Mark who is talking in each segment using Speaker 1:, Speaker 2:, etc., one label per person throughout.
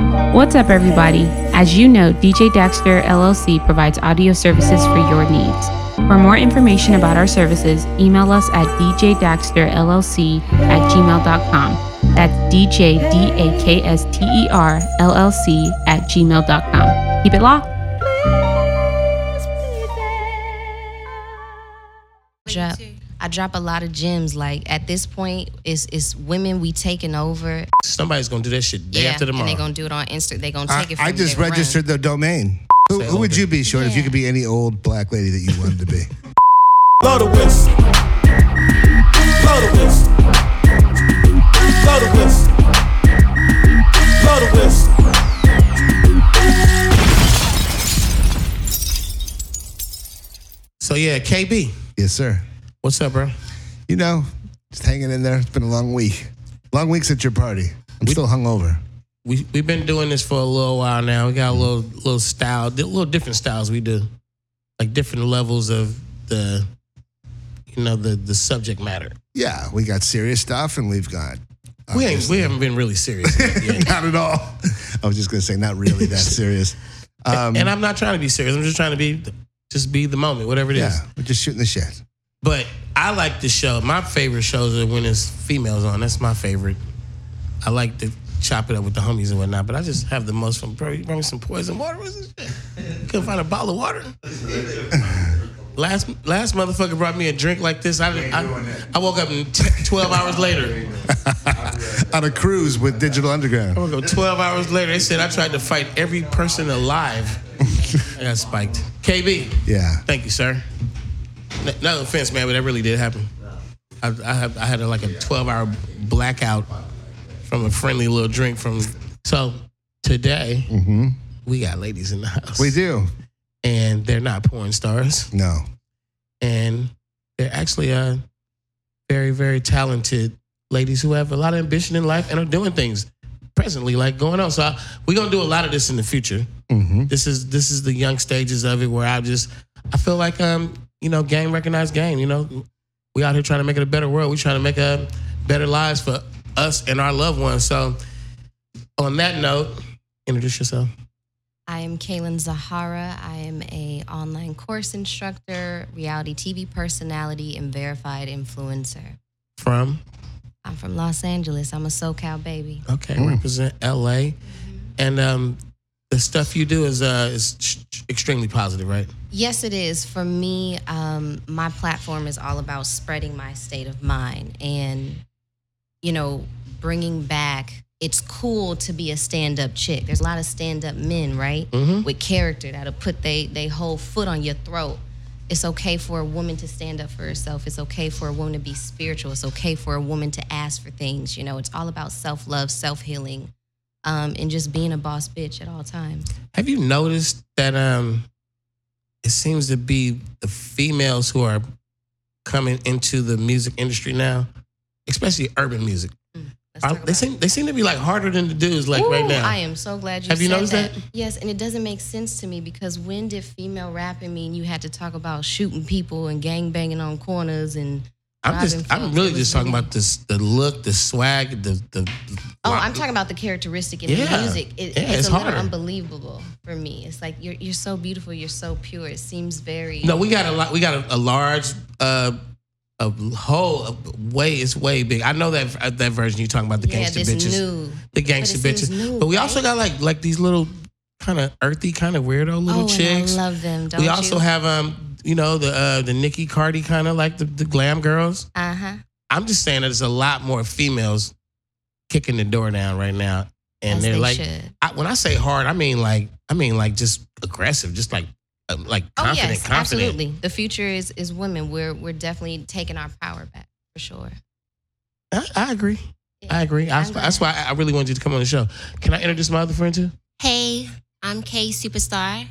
Speaker 1: What's up, everybody? As you know, DJ Daxter LLC provides audio services for your needs. For more information about our services, email us at djdaxterllc at gmail.com. That's DJ D A K S T E R L L C at gmail.com. Keep it locked.
Speaker 2: drop. I drop a lot of gems. Like at this point, it's it's women we taking over.
Speaker 3: Somebody's gonna do that shit day after tomorrow.
Speaker 2: and they gonna do it on Insta. They gonna
Speaker 4: I,
Speaker 2: take it. From
Speaker 4: I
Speaker 2: you,
Speaker 4: just
Speaker 2: they run.
Speaker 4: registered the domain. Who, who would you be, Short, if you could be any old black lady that you wanted to be?
Speaker 5: Blow the whistle. Blow the whistle. Blow the whistle. Blow the whistle.
Speaker 3: so yeah, KB,
Speaker 4: yes, sir.
Speaker 3: what's up, bro?
Speaker 4: You know, just hanging in there. It's been a long week. Long weeks at your party. I'm still hungover.
Speaker 3: We we've been doing this for a little while now. We got a little little style, di- little different styles we do, like different levels of the, you know, the the subject matter.
Speaker 4: Yeah, we got serious stuff and we've got. uh,
Speaker 3: We ain't, we haven't been really serious yet.
Speaker 4: not at all. I was just going to say, not really that serious. Um,
Speaker 3: and I'm not trying to be serious. I'm just trying to be, just be the moment, whatever it is.
Speaker 4: yeah, we're just shooting the shit.
Speaker 3: But I like the show. My favorite shows are when it's females on. That's my favorite. I like to chop it up with the homies and whatnot. But I just have the most fun. Bro, you bring me some poison water. What's this shit? Couldn't find a bottle of water. Last last motherfucker brought me a drink like this. I I, I woke up and t- twelve hours later.
Speaker 4: On a cruise with Digital Underground.
Speaker 3: I woke up twelve hours later. They said I tried to fight every person alive. I got spiked. KB.
Speaker 4: Yeah.
Speaker 3: Thank you, sir. No, no offense, man, but that really did happen. I, I, had, I had like a 12 hour blackout from a friendly little drink from. So today, we got ladies in the house.
Speaker 4: We do.
Speaker 3: And they're not porn stars.
Speaker 4: No.
Speaker 3: And they're actually uh, very, very talented ladies who have a lot of ambition in life and are doing things presently, like going on. So I, we're going to do a lot of this in the future
Speaker 4: Mm-hmm.
Speaker 3: this is this is the young stages of it where I just I feel like um you know game recognized game you know we out here trying to make it a better world we trying to make a better lives for us and our loved ones so on that note introduce yourself
Speaker 2: I am Kaylin Zahara. I am a online course instructor, reality TV personality, and verified influencer.
Speaker 3: from
Speaker 2: I'm from Los Angeles. I'm a SoCal baby.
Speaker 3: okay represent L.A. and um the stuff you do is uh is extremely positive right
Speaker 2: Yes, it is. For me, um, my platform is all about spreading my state of mind and, you know, bringing back. It's cool to be a stand up chick. There's a lot of stand up men, right? With character that'll put they, they whole foot on your throat. It's okay for a woman to stand up for herself. It's okay for a woman to be spiritual. It's okay for a woman to ask for things. You know, it's all about self love, self healing, um, and just being a boss bitch at all times.
Speaker 3: Have you noticed that um it seems to be the females who are coming into the music industry now, especially urban music.
Speaker 2: Let's
Speaker 3: Are-
Speaker 2: talk
Speaker 3: they
Speaker 2: about it.
Speaker 3: seem they seem to be like harder than the dudes like right
Speaker 2: Ooh,
Speaker 3: now.
Speaker 2: I am so glad you
Speaker 3: Have you
Speaker 2: said
Speaker 3: noticed that?
Speaker 2: Yes, and it doesn't make sense to me because when did female rapping mean you had to talk about shooting people and gang banging on corners and
Speaker 3: I'm just
Speaker 2: driving
Speaker 3: I'm
Speaker 2: folks?
Speaker 3: really
Speaker 2: It was
Speaker 3: just talking about this the look, the swag, the the
Speaker 2: Oh, I'm talking about the characteristic in
Speaker 3: Yeah.
Speaker 2: the music. It,
Speaker 3: Yeah,
Speaker 2: it's,
Speaker 3: it's
Speaker 2: a little
Speaker 3: harder.
Speaker 2: unbelievable for me. It's like you're you're so beautiful, you're so pure. It seems very
Speaker 3: No, we got a lot we got a, a large uh a whole a way it's way big. I know that uh, that version you talking about the
Speaker 2: yeah,
Speaker 3: gangster
Speaker 2: this
Speaker 3: bitches.
Speaker 2: new
Speaker 3: the
Speaker 2: but it
Speaker 3: gangster
Speaker 2: seems
Speaker 3: bitches.
Speaker 2: new,
Speaker 3: but we
Speaker 2: right?
Speaker 3: also got like like these little kind of earthy, kind of weirdo little
Speaker 2: oh,
Speaker 3: chicks.
Speaker 2: And I love them. Don't
Speaker 3: we also
Speaker 2: you?
Speaker 3: have um you know the uh the Nicki Cardi kind of like the, the glam girls.
Speaker 2: uh huh.
Speaker 3: I'm just saying that there's a lot more females kicking the door down right now, and
Speaker 2: As
Speaker 3: they're
Speaker 2: they
Speaker 3: like
Speaker 2: should.
Speaker 3: I, when I say hard, I mean like I mean like just aggressive, just like uh, like
Speaker 2: Oh
Speaker 3: confident,
Speaker 2: yes,
Speaker 3: confident.
Speaker 2: absolutely. The future is is women. We're we're definitely taking our power back for sure.
Speaker 3: I, I agree.
Speaker 2: Yeah.
Speaker 3: I agree. I,
Speaker 2: I'm glad.
Speaker 3: that's why I really wanted you to come on the show. Can I introduce my other friend too?
Speaker 6: Hey, I'm Kay Superstar,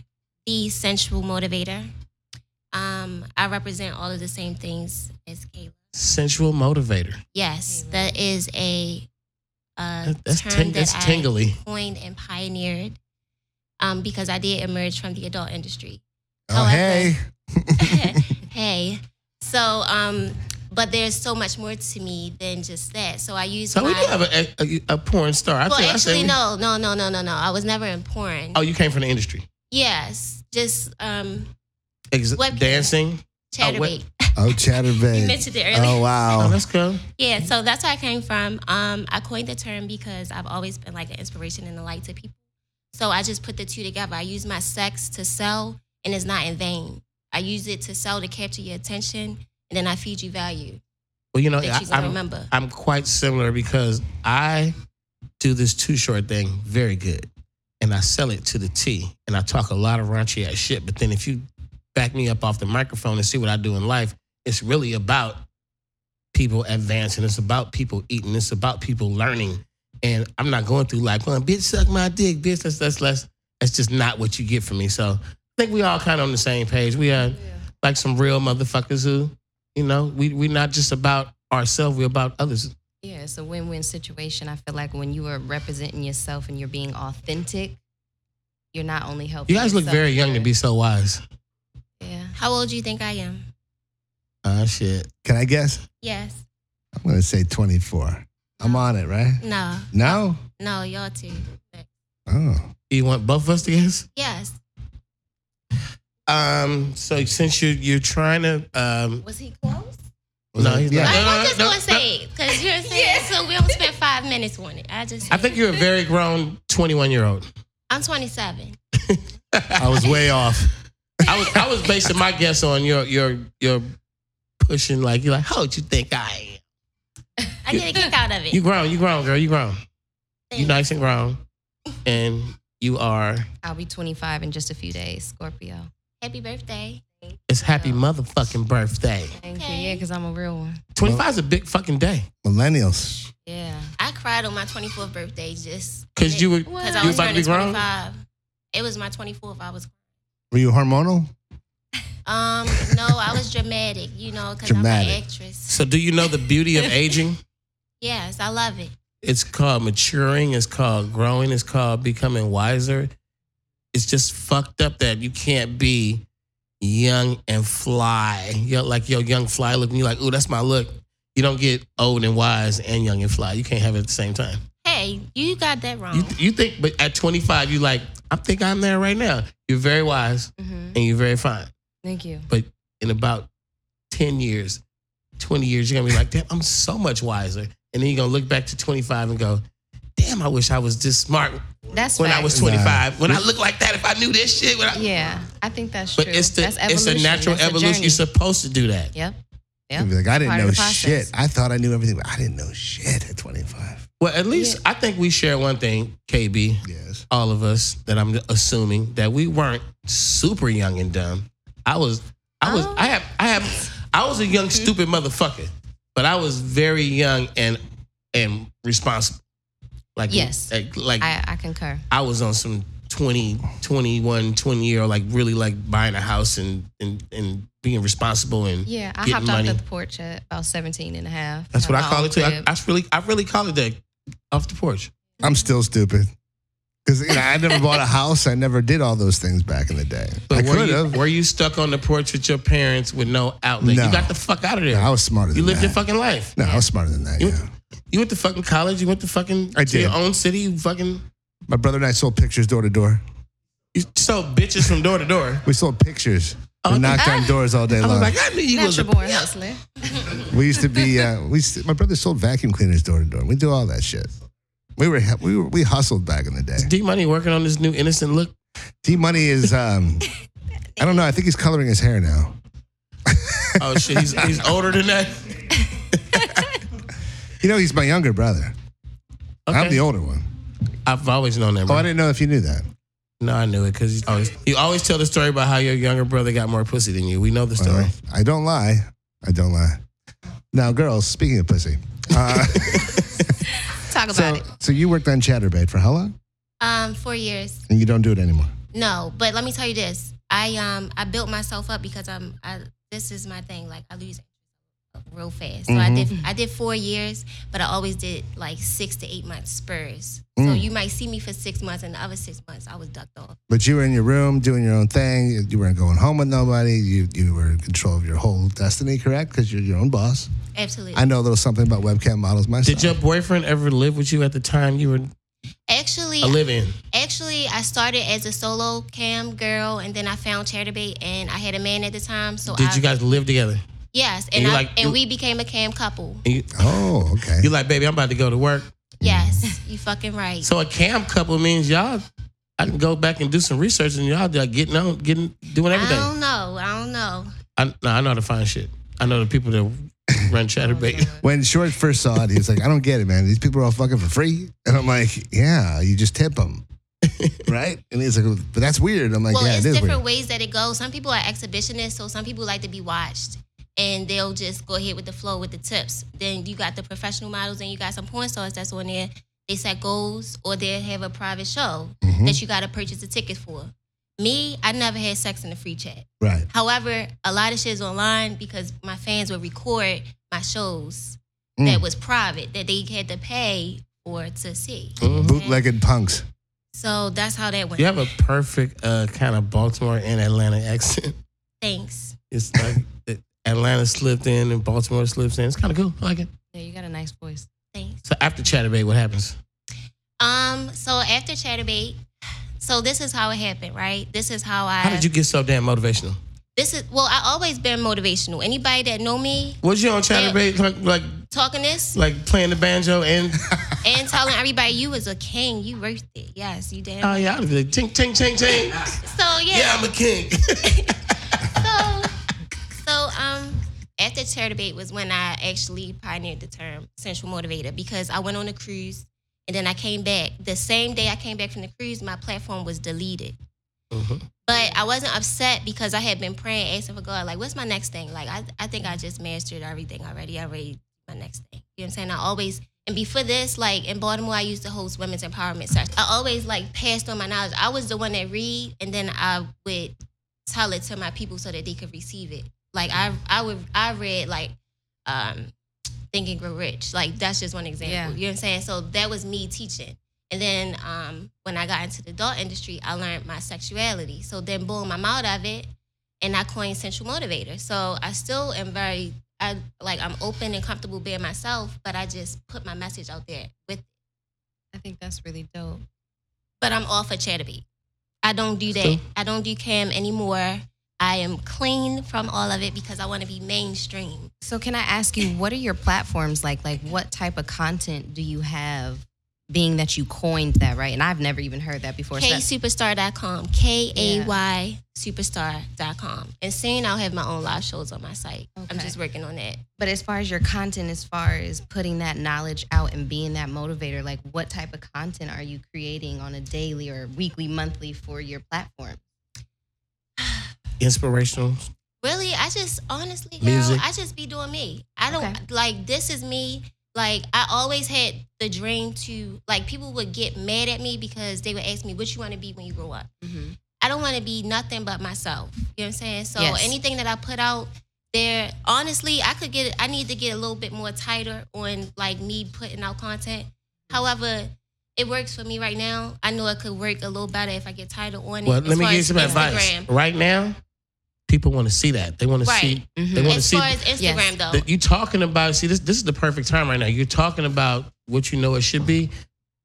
Speaker 6: the sensual motivator. Um, I represent all of the same things as Kayla.
Speaker 3: Sensual motivator.
Speaker 6: Yes, that is a uh,
Speaker 3: That- that's
Speaker 6: term
Speaker 3: ting-
Speaker 6: that
Speaker 3: that's
Speaker 6: I
Speaker 3: tingly.
Speaker 6: coined and pioneered um, because I did emerge from the adult industry.
Speaker 4: Oh, hey.
Speaker 6: hey. So, um,
Speaker 2: But there's so much more to me than just that. So I use
Speaker 3: So
Speaker 2: my.
Speaker 3: we do have a, a, a porn star. I
Speaker 2: well,
Speaker 3: think- I said
Speaker 2: actually,
Speaker 3: we-
Speaker 2: no, no, no, no, no, no. I was never in porn.
Speaker 3: Oh, you came from the industry.
Speaker 2: Yes, just um,
Speaker 3: Ex-
Speaker 2: Webcam.
Speaker 3: dancing. Oh, what-
Speaker 2: chatterbait.
Speaker 4: Oh, chatterbait.
Speaker 2: You mentioned it earlier.
Speaker 4: Oh
Speaker 3: Oh,
Speaker 4: wow.
Speaker 3: that's cool.
Speaker 2: Yeah, so that's where I came from. Um, I coined the term because I've always been like an inspiration and a light to people. So I just put the two together. I use my sex to sell, and it's not in vain. I use it to sell to capture your attention, and then I feed you value
Speaker 3: Well, you know,
Speaker 2: that you don't
Speaker 3: I, Oh, I'm,
Speaker 2: remember.
Speaker 3: I'm quite similar because I do this too short thing very good, and I sell it to the T, and I talk a lot of raunchy ass shit. But then if you back me up off the microphone and see what I do in life, it's really about people advancing. It's about people eating. It's about people learning. And I'm not going through like, well, bitch, suck my dick, bitch. That's that's that's that's just not what you get from me. So I think we all kind of on the same page. We are like some real motherfuckers who, you know, we we not just about ourselves. We're about others.
Speaker 7: Yeah, it's a win-win situation. I feel like when you are representing yourself and you're being authentic, you're not only helping.
Speaker 3: You guys look
Speaker 7: yourself,
Speaker 3: very young to
Speaker 7: but-
Speaker 3: be so wise.
Speaker 7: Yeah.
Speaker 2: How old do you think I am?
Speaker 3: Ah shit.
Speaker 4: Can I guess?
Speaker 2: Yes.
Speaker 4: I'm gonna say 24. I'm on it, right?
Speaker 2: No.
Speaker 4: No.
Speaker 2: No, y'all too.
Speaker 4: Oh.
Speaker 3: Do you want both of us to guess?
Speaker 2: Yes.
Speaker 3: Um. So since you you're trying to um.
Speaker 2: Was he close?
Speaker 4: Was
Speaker 3: No,
Speaker 4: it-
Speaker 3: he's
Speaker 4: yeah.
Speaker 3: not.
Speaker 2: I,
Speaker 3: No,
Speaker 2: I
Speaker 3: no,
Speaker 2: just
Speaker 3: no,
Speaker 2: want to
Speaker 3: no.
Speaker 2: say it because you're saying so. We don't spend five minutes on it. I just.
Speaker 3: I think you're a very grown 21 year old.
Speaker 2: I'm 27.
Speaker 4: I was way off.
Speaker 3: I was I was basing my guess on your your your pushing like you're like how old you think I am?
Speaker 2: I get a kick out of it.
Speaker 3: You grown, you grown, girl, you grown. You
Speaker 2: Thanks.
Speaker 3: nice and grown, and you are.
Speaker 7: I'll be 25 in just a few days, Scorpio.
Speaker 2: Happy birthday.
Speaker 3: It's happy motherfucking birthday.
Speaker 7: Thank you.
Speaker 2: Okay.
Speaker 7: Yeah, because I'm a real one.
Speaker 3: 25 is a big fucking day.
Speaker 4: Millennials.
Speaker 7: Yeah.
Speaker 2: I cried on my 24th birthday just
Speaker 3: 'Cause you were-
Speaker 2: because
Speaker 3: you
Speaker 2: I was
Speaker 3: about to
Speaker 2: turning
Speaker 3: be grown?
Speaker 2: 25. It was my 24th. I was
Speaker 4: Were you hormonal?
Speaker 2: um no, I was dramatic, you know, because I'm an
Speaker 4: Dramatic.
Speaker 2: actress.
Speaker 3: So do you know the beauty of aging?
Speaker 2: Yes, I love it.
Speaker 3: It's called maturing. It's called growing. It's called becoming wiser. It's just fucked up that you can't be young and fly. You're like your young fly look, and you're like, ooh, that's my look. You don't get old and wise and young and fly. You can't have it at the same time.
Speaker 2: Hey, you got that wrong.
Speaker 3: You, you think, but at 25, you like, I think I'm there right now. You're very wise
Speaker 7: hmm
Speaker 3: and you're very fine.
Speaker 7: Thank you.
Speaker 3: in about 10 years, 20 years, you're gonna be like, damn, I'm so much wiser. And then you're gonna look back to 25 and go, damn, I wish I was this smart
Speaker 7: That's
Speaker 3: when
Speaker 7: facts.
Speaker 3: I was 25. When I look like that, if I knew this shit, when I,
Speaker 7: Yeah, I think that's
Speaker 3: but
Speaker 7: true.
Speaker 3: it's the
Speaker 7: that's
Speaker 3: it's a
Speaker 7: evolution.
Speaker 3: natural
Speaker 7: That's a
Speaker 3: evolution.
Speaker 7: journey.
Speaker 3: You're supposed to do that.
Speaker 7: yep.
Speaker 4: You'd
Speaker 7: Yep.
Speaker 4: be like, I didn't
Speaker 7: Part of
Speaker 4: know
Speaker 7: the process.
Speaker 4: shit. I thought I knew everything, but I didn't know shit at 25.
Speaker 3: Well, at least I think we share one thing, KB,
Speaker 4: Yes.
Speaker 3: all of us, that I'm assuming that we weren't super young and dumb. I was, I was, I have, I have, I was a young stupid motherfucker, but I was very young and and responsible. Like
Speaker 7: Yes.
Speaker 3: like, like I,
Speaker 7: I, I concur.
Speaker 3: was on some 20, 21, 20 year old, like really like buying a house and and and being responsible and
Speaker 7: Yeah, I
Speaker 3: Getting
Speaker 7: hopped
Speaker 3: money.
Speaker 7: off the porch at about 17 and a half.
Speaker 3: that's what I
Speaker 7: Had my
Speaker 3: call
Speaker 7: own
Speaker 3: it too. I,
Speaker 7: crib.
Speaker 3: I really, I really call it that off the porch.
Speaker 4: I'm still stupid. Because you know, I never bought a house. I never did all those things back in the day. I
Speaker 3: But were
Speaker 4: could
Speaker 3: you,
Speaker 4: have.
Speaker 3: were you stuck on the porch with your parents with no outlet? You
Speaker 4: No.
Speaker 3: got the fuck out of there.
Speaker 4: I was smarter than
Speaker 3: You lived
Speaker 4: that.
Speaker 3: your fucking life.
Speaker 4: no, I was smarter than that.
Speaker 3: You-
Speaker 4: Yeah.
Speaker 3: You went to fucking college. You went to fucking
Speaker 4: I
Speaker 3: to your
Speaker 4: did.
Speaker 3: own city. You fucking
Speaker 4: My brother and I sold pictures door to door.
Speaker 3: you sold bitches from door to door.
Speaker 4: We sold pictures.
Speaker 3: Oh,
Speaker 4: we knocked on doors all day
Speaker 3: I was
Speaker 4: long.
Speaker 3: like, I knew you was a
Speaker 7: Natural born hustler.
Speaker 4: We used to be. Uh, we used to- my brother sold vacuum cleaners door to door. We do all that shit. We were we were, we hustled back in the day.
Speaker 3: D Money working on this new innocent look.
Speaker 4: D Money is. Um, I don't know. I think he's coloring his hair now.
Speaker 3: Oh shit, he's he's older than that.
Speaker 4: You know, he's my younger brother. I'm
Speaker 3: Okay.
Speaker 4: the older one.
Speaker 3: I've always known that.
Speaker 4: Oh, I
Speaker 3: Bro.
Speaker 4: didn't know if you knew that.
Speaker 3: No, I knew it because you always you always tell the story about how your younger brother got more pussy than you. We know the story.
Speaker 4: Well, I don't lie. I don't lie. Now, girls, speaking of pussy, uh,
Speaker 7: Talk about
Speaker 4: so
Speaker 7: it.
Speaker 4: so you worked on ChatterBait for how long?
Speaker 2: Um, four years.
Speaker 4: And you don't do it anymore.
Speaker 2: No, but let me tell you this. I um I built myself up because I'm I this is my thing. Like I lose real fast. So I
Speaker 3: Mm-hmm.
Speaker 2: did I did four years, but I always did like six to eight month spurs. So
Speaker 3: Mm.
Speaker 2: you might see me for six months, and the other six months I was ducked off.
Speaker 4: But you were in your room doing your own thing. You weren't going home with nobody. You you were in control of your whole destiny, correct? Because you're your own boss.
Speaker 2: Absolutely.
Speaker 4: I know a little something about webcam models myself.
Speaker 3: Did your boyfriend ever live with you at the time you were
Speaker 2: Actually,
Speaker 3: a live in?
Speaker 2: Actually, I started as a solo cam girl, and then I found Chair Debate, and I had a man at the time. So I,
Speaker 3: Did you guys live together?
Speaker 2: Yes,
Speaker 3: and
Speaker 2: and
Speaker 3: you
Speaker 2: I,
Speaker 3: like-
Speaker 2: and
Speaker 3: you-
Speaker 2: we became a cam couple.
Speaker 3: And you,
Speaker 4: Oh, okay.
Speaker 3: you like, baby, I'm about to go to work.
Speaker 2: Yes, you fucking right.
Speaker 3: So a cam couple means y'all. I can go back and do some research and y'all like getting on, getting, doing everything.
Speaker 2: I
Speaker 3: I,
Speaker 2: don't know. I don't know.
Speaker 3: no, I know how to find shit. I know the people that run ChatterBait.
Speaker 4: when Short first saw it, he was like, "I don't get it, man. These people are all fucking for free." And I'm like, "Yeah, you just tip them, right?" And he's like, "But that's weird." I'm like,
Speaker 2: well,
Speaker 4: "Yeah,
Speaker 2: it's
Speaker 4: it is
Speaker 2: different
Speaker 4: weird."
Speaker 2: ways that it goes. Some people are exhibitionists, so some people like to be watched, and they'll just go ahead with the flow with the tips. Then you got the professional models, and you got some porn stars that's on there. They set goals, or they have a private show
Speaker 4: Mm-hmm.
Speaker 2: that you got to purchase a ticket for. Me, I never had sex in a free chat.
Speaker 4: Right?
Speaker 2: However, a lot of shit is online because my fans would record my shows
Speaker 4: Mm.
Speaker 2: that was private that they had to pay for to see.
Speaker 4: Bootlegged punks.
Speaker 2: So that's how that went.
Speaker 3: You have a perfect uh, kind of Baltimore and Atlanta accent.
Speaker 2: Thanks.
Speaker 3: It's like that Atlanta slipped in and Baltimore slips in. It's kind of cool. I like it.
Speaker 7: Yeah, you got a nice voice.
Speaker 2: Thanks.
Speaker 3: So after ChatterBait, what happens?
Speaker 2: Um, so after Chatterbait, so this is how it happened, right? This is how I
Speaker 3: How did you get so damn motivational?
Speaker 2: this is well, I always been motivational. Anybody that know me
Speaker 3: Was you on ChatterBait like, like
Speaker 2: talking this
Speaker 3: like playing the banjo and
Speaker 2: and telling everybody you was a king, you worth it. Yes, you damn.
Speaker 3: oh yeah, I'd be like ting ting ting ting.
Speaker 2: so yeah.
Speaker 3: Yeah, I'm a king.
Speaker 2: so, so um, after chair debate was when I actually pioneered the term central motivator because I went on a cruise and then I came back. The same day I came back from the cruise, my platform was deleted. But I wasn't upset because I had been praying, asking for God, like, what's my next thing? Like, I, I think I just mastered everything already. I already my next thing. You know what I'm saying? I always and before this, like in Baltimore, I used to host women's empowerment sessions. I always like passed on my knowledge. I was the one that read, and then I would tell it to my people so that they could receive it. Like I, I would, I read like, um, Think and Grow Rich. Like that's just one example.
Speaker 7: Yeah.
Speaker 2: You know what I'm saying? So that was me teaching. And then um, when I got into the adult industry, I learned my sexuality. So then, boom, I'm out of it, and I coined Central Motivator. So I still am very, I like, I'm open and comfortable being myself, but I just put my message out there with.
Speaker 7: I think that's really dope.
Speaker 2: But I'm off a chatter beat. I don't do that.
Speaker 3: Still?
Speaker 2: I don't do cam anymore. I am clean from all of it because I want to be mainstream.
Speaker 7: So can I ask you, what are your platforms like? Like, what type of content do you have? Being that you coined that, right? And I've never even heard that before. So that's-
Speaker 2: KSuperstar.com, K A Y superstar.com. And soon I'll have my own live shows on my site. I'm
Speaker 7: Okay.
Speaker 2: just working on that.
Speaker 7: but as far as your content, as far as putting that knowledge out and being that motivator, like what type of content are you creating on a daily or weekly, monthly for your platform?
Speaker 3: Inspirational.
Speaker 2: Really, I just honestly, girl,
Speaker 3: Music.
Speaker 2: I just be doing me. I don't
Speaker 7: Okay.
Speaker 2: like this is me. Like I always had the dream to like people would get mad at me because they would ask me what you want to be when you grow up.
Speaker 7: Mm-hmm.
Speaker 2: I don't want to be nothing but myself. You know what I'm saying? So
Speaker 7: Yes.
Speaker 2: anything that I put out there, honestly, I could get I need to get a little bit more tighter on like me putting out content. However, it works for me right now. I know it could work a little better if I get tighter on it.
Speaker 3: Well,
Speaker 2: as
Speaker 3: let me
Speaker 2: far
Speaker 3: give you
Speaker 2: as
Speaker 3: some advice.
Speaker 2: Instagram.
Speaker 3: Right now, people want to see that. They want to
Speaker 2: Right. Mm-hmm.
Speaker 3: see. They want to
Speaker 2: As
Speaker 3: see.
Speaker 2: far as Instagram
Speaker 7: Yes.
Speaker 2: though.
Speaker 3: that you talking about. See, this this is the perfect time right now. You're talking about what you know it should be,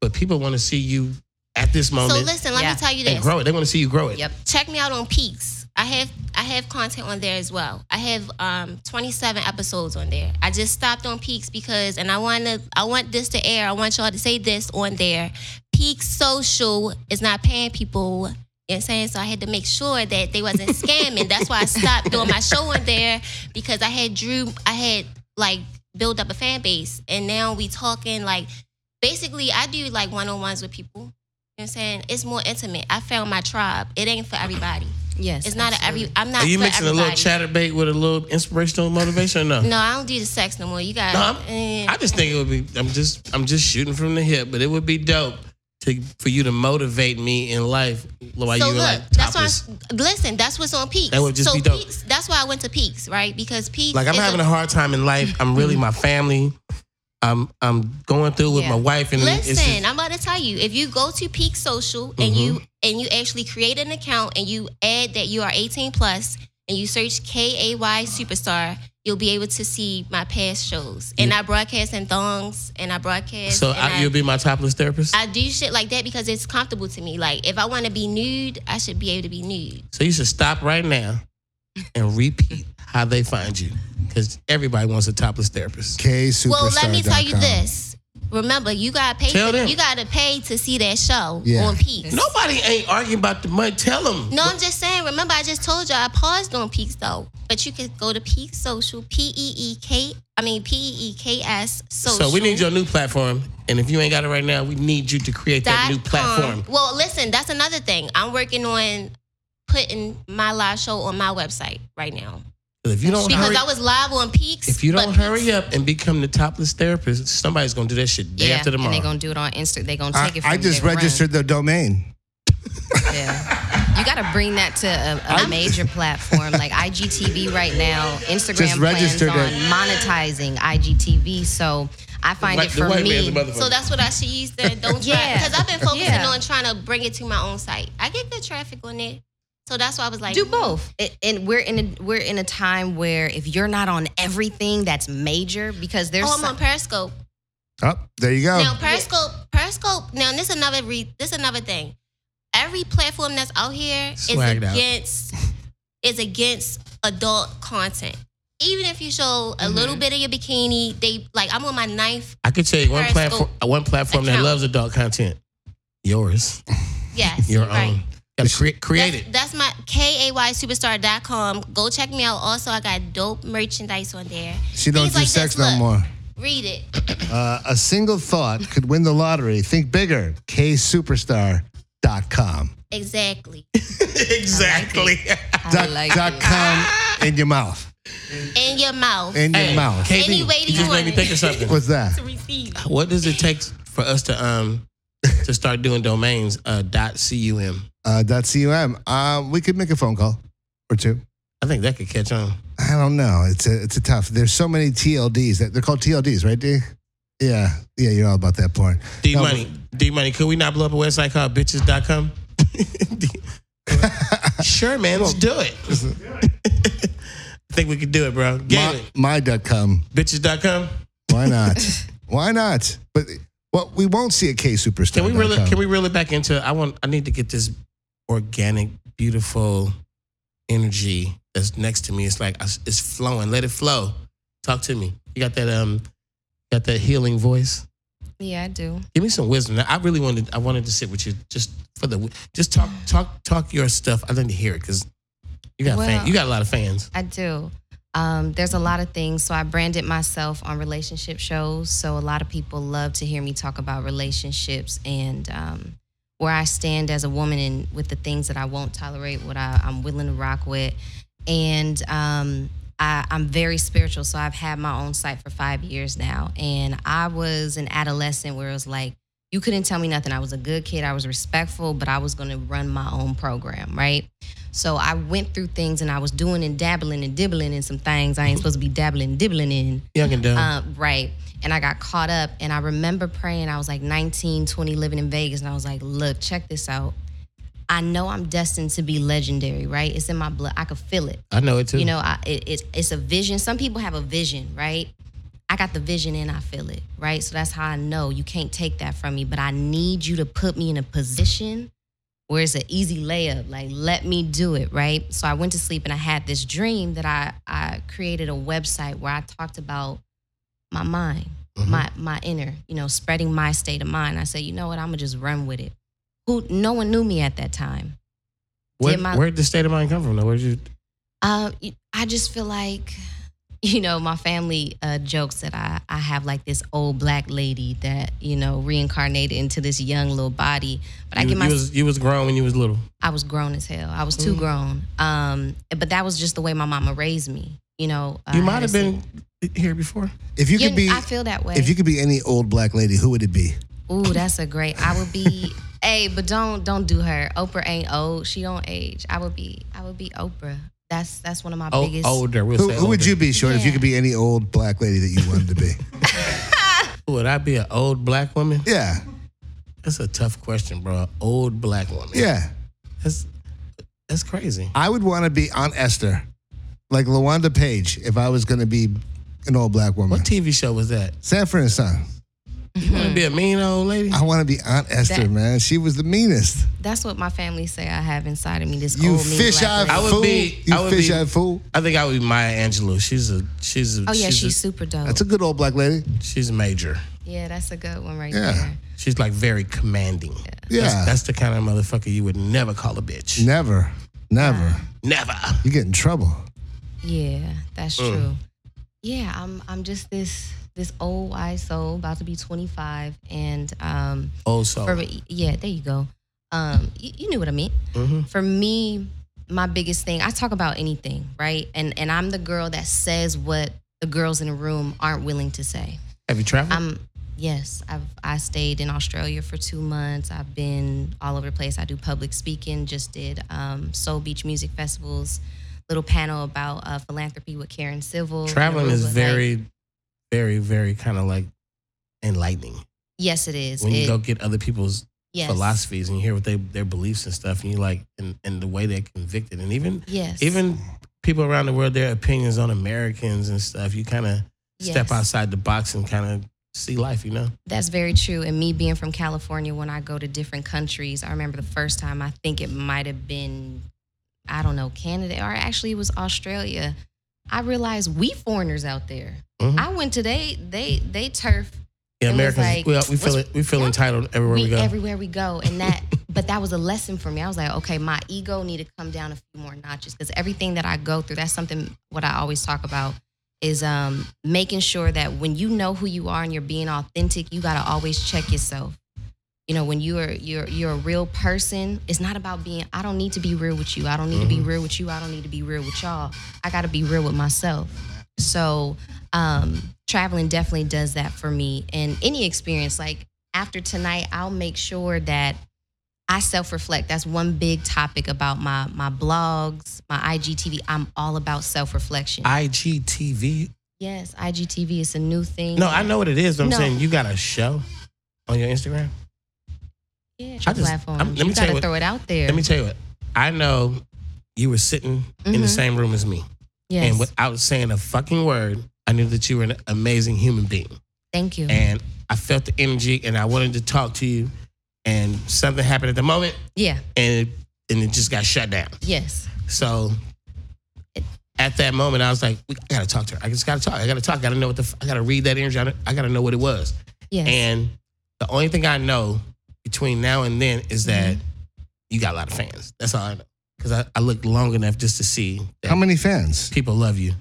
Speaker 3: but people want to see you at this moment
Speaker 2: So listen, let
Speaker 7: Yeah.
Speaker 2: me tell you
Speaker 3: and
Speaker 2: this.
Speaker 3: grow it. They want to see you grow it.
Speaker 7: Yep.
Speaker 2: Check me out on Peaks. I have I have content on there as well. I have um 27 episodes on there. I just stopped on Peaks because and I want to I want this to air. I want y'all to say this on there. Peaks Social is not paying people you know what I'm saying? So I had to make sure that they wasn't scamming. That's why I stopped doing my show on there because I had Drew, I had like build up a fan base. And now we talking like basically I do like one on ones with people. You know what I'm saying? It's more intimate. I found my tribe. It ain't for everybody.
Speaker 7: Yes.
Speaker 2: It's not a every I'm not
Speaker 3: Are you
Speaker 2: for
Speaker 3: mixing
Speaker 2: everybody.
Speaker 3: a little chatterbait with a little inspirational motivation or no?
Speaker 2: No, I don't do the sex no more. You got
Speaker 3: No, I'm,
Speaker 2: eh.
Speaker 3: I just think it would be. I'm just. I'm just shooting from the hip, but it would be dope to for you to motivate me in life while
Speaker 2: so
Speaker 3: you were
Speaker 2: look,
Speaker 3: like
Speaker 2: that's why.
Speaker 3: topless.
Speaker 2: I'm- Listen, that's what's on Peaks.
Speaker 3: That would just
Speaker 2: so
Speaker 3: be dope.
Speaker 2: Peaks, that's why I went to Peaks, right? Because Peaks.
Speaker 3: Like I'm
Speaker 2: is
Speaker 3: having a hard time in life. I'm really my family. I'm I'm going through with
Speaker 7: Yeah.
Speaker 3: my wife and
Speaker 2: Listen,
Speaker 3: it's just,
Speaker 2: I'm about to tell you. If you go to Peak Social and you
Speaker 3: Mm-hmm.
Speaker 2: and you actually create an account and you add that you are 18 plus and you search K A Y Superstar, you'll be able to see my past shows. And I broadcast in thongs and I broadcast.
Speaker 3: so
Speaker 2: and
Speaker 3: I, you'll be my topless therapist.
Speaker 2: I do shit like that because it's comfortable to me. Like if I want to be nude, I should be able to be nude.
Speaker 3: so you should stop right now and repeat how they find you because everybody wants a topless therapist.
Speaker 4: K
Speaker 2: Well, let me tell you this. Remember, you gotta pay.
Speaker 3: Tell
Speaker 2: for-
Speaker 3: them.
Speaker 2: You gotta pay to see that show
Speaker 4: Yeah.
Speaker 2: on Peaks.
Speaker 3: Nobody ain't arguing about the money. Tell them.
Speaker 2: No, I'm just saying. Remember, I just told you I paused on Peaks though, but you could go to Peak Social, P E E K. I mean P E E K S Social.
Speaker 3: So we need your new platform, and if you ain't got it right now, we need you to create that
Speaker 2: dot
Speaker 3: new platform.
Speaker 2: Com. Well, listen, that's another thing. I'm working on putting my live show on my website right now
Speaker 3: 'Cause If you don't
Speaker 2: because
Speaker 3: hurry,
Speaker 2: I was live on Peaks.
Speaker 3: if you
Speaker 2: but
Speaker 3: don't hurry
Speaker 2: Peaks-
Speaker 3: up and become the topless therapist, somebody's gonna do that shit day
Speaker 7: yeah,
Speaker 3: after tomorrow.
Speaker 7: and they're gonna do it on Insta. They're gonna
Speaker 4: I,
Speaker 7: take it. From
Speaker 4: I
Speaker 7: you.
Speaker 4: just
Speaker 7: They run.
Speaker 4: registered the domain.
Speaker 7: Yeah. You gotta bring that to a, a major platform like IGTV right now. Instagram plans
Speaker 4: registered
Speaker 7: on
Speaker 4: it.
Speaker 7: monetizing IGTV. So I find
Speaker 3: Like
Speaker 7: it
Speaker 3: the
Speaker 7: for
Speaker 3: white man's
Speaker 7: me.
Speaker 3: a motherfucker.
Speaker 2: So that's what I should use. The don't try
Speaker 7: Yeah.
Speaker 2: because I've been focusing
Speaker 7: Yeah.
Speaker 2: on trying to bring it to my own site. I get good traffic on it, so that's why I was like,
Speaker 7: do both. It, and we're in a we're in a time where if you're not on everything that's major because there's
Speaker 2: Oh, I'm
Speaker 7: some-
Speaker 2: on Periscope.
Speaker 4: Up there you go.
Speaker 2: Now Periscope, Periscope. Now this another re, this another thing. Every platform that's out here is
Speaker 3: Swagged out.
Speaker 2: against is against adult content. Even if you show a little bit of your bikini, they like I'm on my ninth.
Speaker 3: I could tell you one
Speaker 2: Periscope
Speaker 3: platform, uh, one platform that
Speaker 2: account.
Speaker 3: loves adult content. Yours,
Speaker 2: Yes,
Speaker 3: your
Speaker 2: right.
Speaker 3: own. Got to create, create
Speaker 2: That's,
Speaker 3: it.
Speaker 2: that's my kaysuperstar.com. Go check me out. Also, I got dope merchandise on there.
Speaker 4: she don't
Speaker 2: Things
Speaker 4: do
Speaker 2: like
Speaker 4: sex
Speaker 2: this.
Speaker 4: no
Speaker 2: Look,
Speaker 4: more.
Speaker 2: Read it.
Speaker 4: Uh, a single thought could win the lottery. Think bigger. KSuperstar.com.
Speaker 2: Exactly.
Speaker 3: exactly.
Speaker 7: I
Speaker 4: Dot,
Speaker 7: like
Speaker 4: dot
Speaker 7: it.
Speaker 4: com in your mouth.
Speaker 2: In your mouth.
Speaker 4: In your
Speaker 3: Hey,
Speaker 4: mouth.
Speaker 3: KB,
Speaker 2: Any way that
Speaker 3: you
Speaker 2: you
Speaker 3: just made
Speaker 2: want
Speaker 3: me
Speaker 2: it.
Speaker 3: think of something.
Speaker 4: What's that?
Speaker 2: to receive.
Speaker 3: what does it take for us to um to start doing domains? Uh, dot cum.
Speaker 4: Uh, dot cum. Uh, we could make a phone call or two.
Speaker 3: I think that could catch on.
Speaker 4: I don't know. It's a it's a tough. There's so many TLDs that they're called TLDs, right, D? Yeah, yeah. You're all about that porn.
Speaker 3: D
Speaker 4: No,
Speaker 3: money, D money. Could we not blow up a website called bitches.com? sure, man. Let's do it. I think we could do it, bro. Game
Speaker 4: My,
Speaker 3: it.
Speaker 4: my dot com.
Speaker 3: Bitches.com.
Speaker 4: Why not? Why not? But well, we won't see a K superstar.
Speaker 3: Can we reel it? Can we reel it back into? I want. I need to get this organic, beautiful energy that's next to me. It's like it's flowing. Let it flow. Talk to me. You got that? Um, got that healing voice.
Speaker 7: Yeah, I do.
Speaker 3: Give me some wisdom. I really wanted. I wanted to sit with you just for the. Just talk, talk, talk your stuff. I need to hear it because you got fan,
Speaker 7: Well-
Speaker 3: you got a lot of fans.
Speaker 7: I do. Um, there's a lot of things. So I branded myself on relationship shows. So a lot of people love to hear me talk about relationships and um, where I stand as a woman and with the things that I won't tolerate, what I, I'm willing to rock with. And um, I, I'm very spiritual. So I've had my own site for five years now. And I was an adolescent where it was like, you couldn't tell me nothing. I was a good kid. I was respectful, but I was going to run my own program, right? So I went through things and I was doing and dabbling and dibbling in some things I ain't supposed to be dabbling, dibbling in.
Speaker 3: Young and dumb.
Speaker 7: Uh, right. And I got caught up and I remember praying. I was like 19, 20, living in Vegas. And I was like, look, check this out. I know I'm destined to be legendary, right? It's in my blood. I could feel it.
Speaker 3: I know it too.
Speaker 7: You know, I, it, it's it's a vision. Some people have a vision, right? I got the vision and I feel it, right? So that's how I know you can't take that from me. But I need you to put me in a position where it's an easy layup. Like, let me do it, right? So I went to sleep and I had this dream that I I created a website where I talked about my mind, my my inner, you know, spreading my state of mind. I said, you know what? I'm gonna just run with it. Who? No one knew me at that time.
Speaker 3: where
Speaker 7: did my-
Speaker 3: where'd the state of mind come from? Though? Where'd you?
Speaker 7: Um, y- I just feel like, you know, my family uh, jokes that I, I have like this old black lady that, you know, reincarnated into this young little body. But I
Speaker 3: you,
Speaker 7: get my,
Speaker 3: you was Mm. you was grown when you was little.
Speaker 7: I was grown as hell. I was too grown. Um, but that was just the way my mama raised me. You know, uh,
Speaker 3: You
Speaker 7: I
Speaker 3: might
Speaker 7: had
Speaker 3: have
Speaker 7: to see-
Speaker 3: been here before.
Speaker 4: If you
Speaker 7: You
Speaker 4: could be,
Speaker 7: I feel that way.
Speaker 4: if you could be any old black lady, who would it be?
Speaker 7: Ooh, that's a great. I would be. hey, but don't don't do her. Oprah ain't old. She don't age. I would be. I would be Oprah. That's that's one of my
Speaker 3: O-
Speaker 7: biggest.
Speaker 3: older. We'll
Speaker 4: Who,
Speaker 3: say
Speaker 4: who would
Speaker 3: older.
Speaker 4: you be, Short, if you could be any old black lady that you wanted to be?
Speaker 3: Would I be an old black woman?
Speaker 4: Yeah,
Speaker 3: That's a tough question, bro. Old black woman.
Speaker 4: yeah.
Speaker 3: That's that's crazy.
Speaker 4: I would want to be Aunt Esther, like LaWanda Page, if I was going to be an old black woman.
Speaker 3: What TV show was that?
Speaker 4: Sanford and Son.
Speaker 3: You want to be a mean old lady?
Speaker 4: I want to be Aunt Esther,
Speaker 7: That-
Speaker 4: man. She was the meanest.
Speaker 7: That's what my family say I have inside of me. This
Speaker 4: You
Speaker 7: old me.
Speaker 4: fish eye
Speaker 7: black
Speaker 3: I
Speaker 7: lady.
Speaker 3: would
Speaker 4: fool.
Speaker 3: be-
Speaker 4: you
Speaker 3: I would be-
Speaker 4: fish eye fool.
Speaker 3: I think I would be Maya Angelou. She's a she's a
Speaker 7: Oh yeah,
Speaker 3: she's,
Speaker 7: she's,
Speaker 3: a,
Speaker 7: super dope.
Speaker 4: That's a good old black lady.
Speaker 3: she's major.
Speaker 7: yeah, that's a good one right
Speaker 4: Yeah.
Speaker 7: there.
Speaker 3: She's like very commanding.
Speaker 4: Yeah.
Speaker 3: That's, that's the kind of motherfucker you would never call a bitch.
Speaker 4: Never, never.
Speaker 3: Never.
Speaker 4: You get in trouble.
Speaker 7: Yeah, that's true. Yeah, I'm I'm just this this old wise soul about to be 25 and um
Speaker 3: Old
Speaker 4: Oh,
Speaker 3: soul.
Speaker 7: for me, yeah, there you go. Um you, you knew what I meant.
Speaker 3: Mm-hmm.
Speaker 7: For me, my biggest thing, I talk about anything, right? And and I'm the girl that says what the girls in the room aren't willing to say.
Speaker 3: Have you traveled?
Speaker 7: I'm yes. I've I stayed in Australia for two months. I've been all over the place. I do public speaking. Just did um, Soul Beach Music Festivals. Little panel about uh, philanthropy with Karen Civil. in
Speaker 3: Traveling is
Speaker 7: Aruba. Like,
Speaker 3: very, very, very kind of like enlightening.
Speaker 7: yes, it is.
Speaker 3: When you
Speaker 7: It-
Speaker 3: go get other people's
Speaker 7: yes.
Speaker 3: philosophies and you hear what they their beliefs and stuff, and you like and, and the way they're convicted, and even
Speaker 7: Yes.
Speaker 3: even people around the world, their opinions on Americans and stuff. You kind of step
Speaker 7: Yes.
Speaker 3: outside the box and kind of see life. You know,
Speaker 7: That's very true. And me being from California, when I go to different countries, I remember the first time, I think it might have been, I don't know, Canada, or actually it was Australia. I realized we foreigners out there.
Speaker 3: Mhm.
Speaker 7: I went to they they they turf.
Speaker 3: yeah,
Speaker 7: It was
Speaker 3: Americans
Speaker 7: like,
Speaker 3: we, we feel
Speaker 7: what's-
Speaker 3: it, we feel entitled everywhere we,
Speaker 7: we,
Speaker 3: go.
Speaker 7: everywhere we go and that but that was a lesson for me i was like okay my ego need to come down a few more notches because everything that i go through that's something what i always talk about is um making sure that when you know who you are and you're being authentic you got to always check yourself you know when you're you're you're a real person it's not about being i don't need to be real with you i don't need
Speaker 3: Mm-hmm.
Speaker 7: to be real with you i don't need to be real with y'all i got to be real with myself so um, traveling definitely does that for me. And any experience, like after tonight, I'll make sure that I self reflect. That's one big topic about my my blogs, my IGTV. I'm all about self reflection.
Speaker 3: IGTV.
Speaker 7: Yes, IGTV is a new thing.
Speaker 3: No, I know what it is. But I'm
Speaker 7: No.
Speaker 3: saying you got a show on your Instagram.
Speaker 7: yeah,
Speaker 3: I just-
Speaker 7: platforms.
Speaker 3: I'm- let
Speaker 7: you
Speaker 3: me tell you
Speaker 7: gotta
Speaker 3: what-
Speaker 7: throw it out there.
Speaker 3: Let me tell you what. I know you were sitting in the
Speaker 7: Mhm.
Speaker 3: same room as me,
Speaker 7: yes,
Speaker 3: and without saying a fucking word, I knew that you were an amazing human being.
Speaker 7: thank you.
Speaker 3: and I felt the energy and I wanted to talk to you and something happened at the moment
Speaker 7: yeah,
Speaker 3: and it, and it just got shut down.
Speaker 7: yes,
Speaker 3: So at that moment I was like, we I gotta talk to her. I just gotta talk. I gotta talk. I gotta know what the f- I gotta read that energy. I gotta- I gotta know what it was.
Speaker 7: yes.
Speaker 3: And the only thing I know between now and then is
Speaker 7: Mm-hmm.
Speaker 3: that you got a lot of fans. That's all I know. Cause I, I looked long enough just to see that
Speaker 4: How many fans?
Speaker 3: people love you.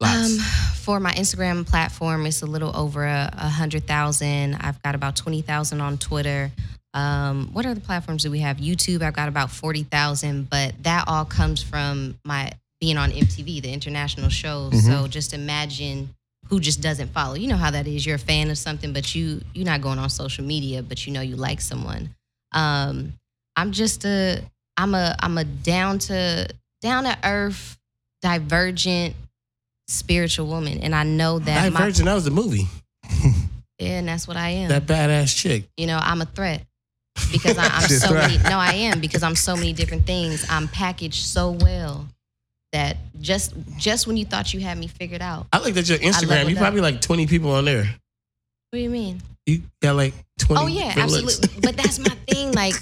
Speaker 3: Lots.
Speaker 7: Um, for my Instagram platform, it's a little over a, a hundred thousand. I've got about twenty thousand on Twitter. Um, what other platforms do we have? YouTube, I've got about forty thousand, but that all comes from my being on MTV, the international shows. So just imagine who just doesn't follow. You know how that is. You're a fan of something, but you you're not going on social media, but you know you like someone. Um, I'm just a I'm a I'm a down to down to earth, divergent spiritual woman, and I know that my
Speaker 3: Divergent, that was the movie.
Speaker 7: yeah, and that's what I am.
Speaker 3: That badass chick.
Speaker 7: you know, I'm a threat because I, I'm
Speaker 4: She's a
Speaker 7: so
Speaker 4: threat.
Speaker 7: many. No, I am because I'm so many different things. I'm packaged so well that just just when you thought you had me figured out,
Speaker 3: I looked at your Instagram.
Speaker 7: leveled
Speaker 3: You probably
Speaker 7: up.
Speaker 3: like 20 people on there.
Speaker 7: what do you mean?
Speaker 3: You got like 20.
Speaker 7: oh yeah,
Speaker 3: good looks.
Speaker 7: absolutely. but that's my thing. Like,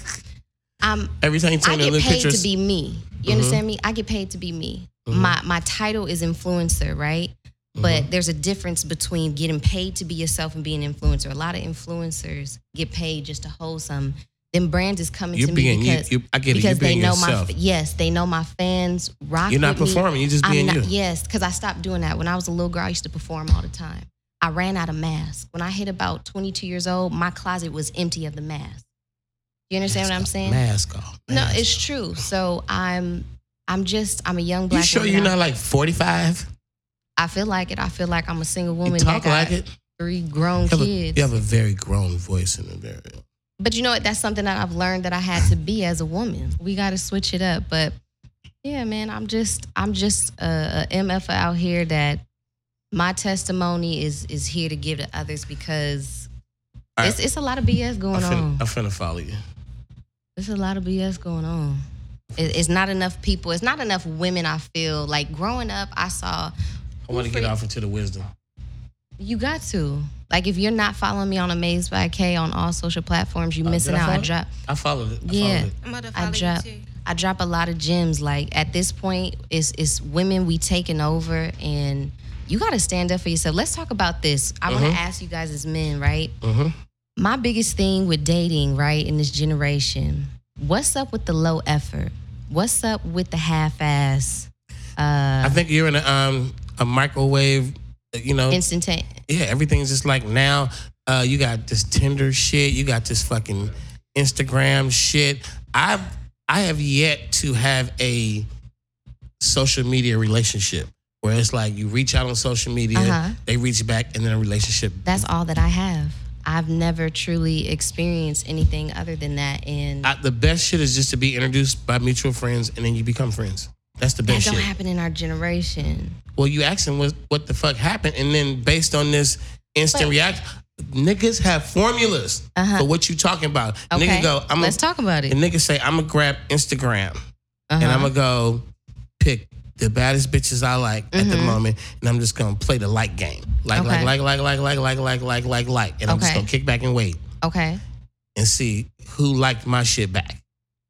Speaker 7: I'm
Speaker 3: Every time you
Speaker 7: I
Speaker 3: turn to
Speaker 7: get
Speaker 3: look
Speaker 7: paid
Speaker 3: pictures. Mm-hmm.
Speaker 7: to be me. You understand me? I get paid to be me. My my title is influencer, right? But
Speaker 3: Mm-hmm.
Speaker 7: there's a difference between getting paid to be yourself and being an influencer. A lot of influencers get paid just to hold some. Then brands is coming
Speaker 3: You're
Speaker 7: to
Speaker 3: being-
Speaker 7: me
Speaker 3: you-
Speaker 7: because,
Speaker 3: you- I get it.
Speaker 7: because
Speaker 3: You're being
Speaker 7: they know
Speaker 3: yourself.
Speaker 7: my yes, they know my fans rock.
Speaker 3: You're not
Speaker 7: with me.
Speaker 3: performing, you're just
Speaker 7: I'm
Speaker 3: being
Speaker 7: not-
Speaker 3: you.
Speaker 7: Yes, because I stopped doing that when I was a little girl. I used to perform all the time. I ran out of masks when I hit about 22 years old. My closet was empty of the mask. You understand what I'm saying?
Speaker 3: Mask off.
Speaker 7: No,
Speaker 3: mask
Speaker 7: it's true. So I'm I'm just I'm a young
Speaker 3: off. You
Speaker 7: black
Speaker 3: sure
Speaker 7: woman.
Speaker 3: you're
Speaker 7: I-
Speaker 3: not like 45?
Speaker 7: I feel like it. I feel like I'm a single
Speaker 3: You
Speaker 7: woman.
Speaker 3: talk
Speaker 7: that
Speaker 3: like
Speaker 7: got
Speaker 3: it.
Speaker 7: three grown
Speaker 3: You have, a,
Speaker 7: kids.
Speaker 3: you have a very grown voice in the very.
Speaker 7: But you know what? That's something that I've learned that I had to be as a woman. We got to switch it up. But yeah, man, I'm just I'm just a, a MF out here that my testimony is is here to give to others because
Speaker 3: All
Speaker 7: it's
Speaker 3: right,
Speaker 7: it's a lot of BS going
Speaker 3: I'm
Speaker 7: on.
Speaker 3: finna, I'm finna follow you.
Speaker 7: There's a lot of BS going on. It, it's not enough people. It's not enough women. I feel like growing up, I saw
Speaker 3: I want to get off into the wisdom.
Speaker 7: you got to like if you're not following me on Amazed by K on all social platforms, you
Speaker 3: Uh,
Speaker 7: missing
Speaker 3: did I
Speaker 7: out. I
Speaker 3: follow?
Speaker 7: drop.
Speaker 3: I followed it. I
Speaker 7: Yeah.
Speaker 3: Followed it.
Speaker 2: I'm about to
Speaker 7: I
Speaker 2: follow you
Speaker 7: drop
Speaker 2: too.
Speaker 7: I drop a lot of gems. Like at this point, it's it's women we taking over and you gotta stand up for yourself. Let's talk about this. I
Speaker 3: Mm-hmm.
Speaker 7: wanna ask you guys as men, right? My biggest thing with dating, right, in this generation, what's up with the low effort? What's up with the uh, half ass
Speaker 3: I think you're in a, um, a microwave. You know,
Speaker 7: instantaneous?
Speaker 3: yeah, everything's just like now. Uh, you got this Tinder shit. You got this fucking Instagram shit. I've I have yet to have a social media relationship where it's like you reach out on social media,
Speaker 7: Uh-huh.
Speaker 3: they reach back, and then a relationship.
Speaker 7: That's all that I have. I've never truly experienced anything other than that. And
Speaker 3: I, the best shit is just to be introduced by mutual friends, and then you become friends. That's the
Speaker 7: that
Speaker 3: best
Speaker 7: don't
Speaker 3: shit.
Speaker 7: happen in our generation.
Speaker 3: Well, you ask them what, what the fuck happened, and then based on this instant
Speaker 7: But-
Speaker 3: react, niggas have formulas
Speaker 7: Uh-huh.
Speaker 3: for what you talking about.
Speaker 7: Okay.
Speaker 3: Nigga go, I'm
Speaker 7: Let's
Speaker 3: a,
Speaker 7: talk about it.
Speaker 3: And niggas say, I'm gonna grab Instagram and
Speaker 7: Uh-huh.
Speaker 3: I'm gonna go pick the baddest bitches I like at the moment, and I'm just gonna play the like game. Like,
Speaker 7: Mm-hmm. Okay.
Speaker 3: like, like, like, like, like, like, like, like, like, and I'm just
Speaker 7: Okay.
Speaker 3: gonna kick back and wait
Speaker 7: Okay.
Speaker 3: and see who liked my shit back.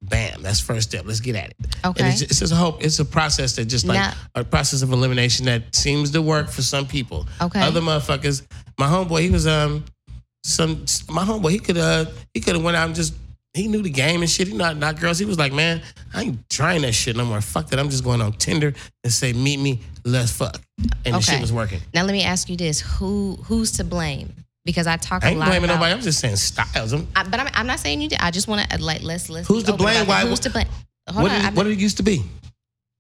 Speaker 3: Bam, that's first step. Let's get at it.
Speaker 7: Okay.
Speaker 3: And it's just, it's just a hope. It's a process that just like
Speaker 7: Now-
Speaker 3: a process of elimination that seems to work for some people.
Speaker 7: Okay.
Speaker 3: Other motherfuckers. My homeboy, he was um some my homeboy. He could uh he could have went out and just he knew the game and shit. He not not girls. He was like, man, I ain't trying that shit no more. Fuck that. I'm just going on Tinder and say meet me. Let's fuck. And the
Speaker 7: Okay.
Speaker 3: shit was working.
Speaker 7: Now let me ask you this: Who who's to blame? Because I talk
Speaker 3: I
Speaker 7: a
Speaker 3: ain't
Speaker 7: lot
Speaker 3: blaming
Speaker 7: about.
Speaker 3: nobody. I'm just saying styles. I'm,
Speaker 7: I, but I'm, I'm not saying you did. I just want to like let's let's.
Speaker 3: Who's
Speaker 7: be
Speaker 3: to
Speaker 7: open
Speaker 3: blame?
Speaker 7: about that.
Speaker 3: Why-
Speaker 7: Who's to blame? Hold
Speaker 3: what,
Speaker 7: on.
Speaker 3: did,
Speaker 7: I
Speaker 3: it- what
Speaker 7: mean,
Speaker 3: did it used to be?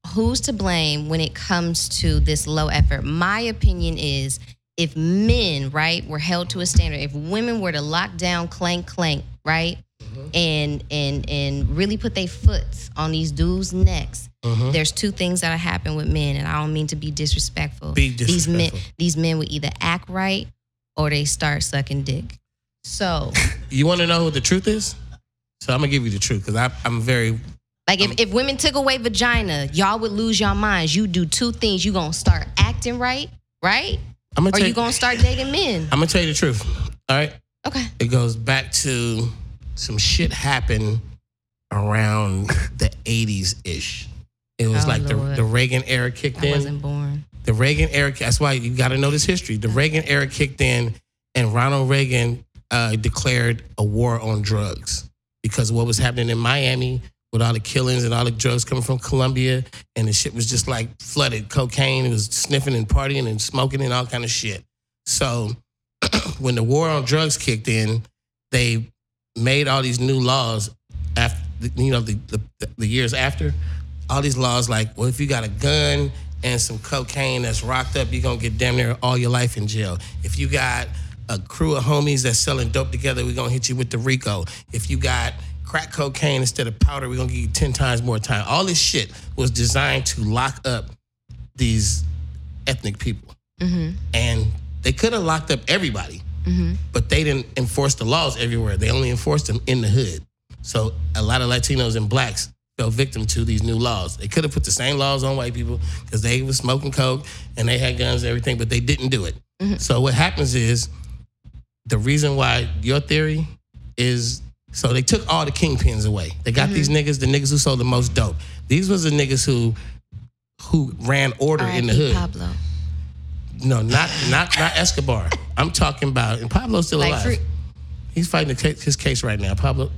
Speaker 7: who's to blame when it comes to this low effort? My opinion is if men right were held to a standard, if women were to lock down clank clank right,
Speaker 3: Mm-hmm.
Speaker 7: and and and really put their foots on these dudes' necks.
Speaker 3: Mm-hmm.
Speaker 7: There's two things that happen with men, and I don't mean to be disrespectful.
Speaker 3: Be
Speaker 7: These men,
Speaker 3: disrespectful.
Speaker 7: these men would either act right or they start sucking dick. So,
Speaker 3: You want to know what the truth is? So I'm gonna give you the truth because I'm very
Speaker 7: like, if, if women took away vagina, y'all would lose your minds. You do two things: you gonna start acting right, right,
Speaker 3: I'm gonna
Speaker 7: or
Speaker 3: tell
Speaker 7: you gonna start dating men.
Speaker 3: I'm gonna tell you the truth. All right,
Speaker 7: Okay,
Speaker 3: it goes back to some shit happened around the 80s ish. It was
Speaker 7: Oh,
Speaker 3: like the,
Speaker 7: Lord.
Speaker 3: the Reagan era kicked
Speaker 7: I
Speaker 3: in.
Speaker 7: wasn't born.
Speaker 3: The Reagan era. That's why you got to know this history. The Reagan era kicked in, and Ronald Reagan uh, declared a war on drugs because what was happening in Miami with all the killings and all the drugs coming from Colombia, and the shit was just like flooded. Cocaine it was sniffing and partying and smoking and all kind of shit. So when the war on drugs kicked in, they made all these new laws after you know the, the, the years after all these laws like well if you got a gun and some cocaine that's rocked up you're gonna get damn near all your life in jail if you got a crew of homies that's selling dope together we're gonna hit you with the rico if you got crack cocaine instead of powder we're gonna give you 10 times more time all this shit was designed to lock up these ethnic people and they could have locked up everybody but they didn't enforce the laws everywhere. They only enforced them in the hood. So a lot of Latinos and blacks fell victim to these new laws. They could have put the same laws on white people because they was smoking coke and they had guns and everything, but they didn't do it. So what happens is the reason why your theory is so they took all the kingpins away. They got these niggas, the niggas who sold the most dope. These was the niggas who who ran order in the
Speaker 7: R.I.P.
Speaker 3: hood.
Speaker 7: Pablo,
Speaker 3: No, not not not Escobar. I'm talking about and Pablo's still
Speaker 7: like
Speaker 3: alive.
Speaker 7: free,
Speaker 3: He's fighting the case, his case right now. Pablo,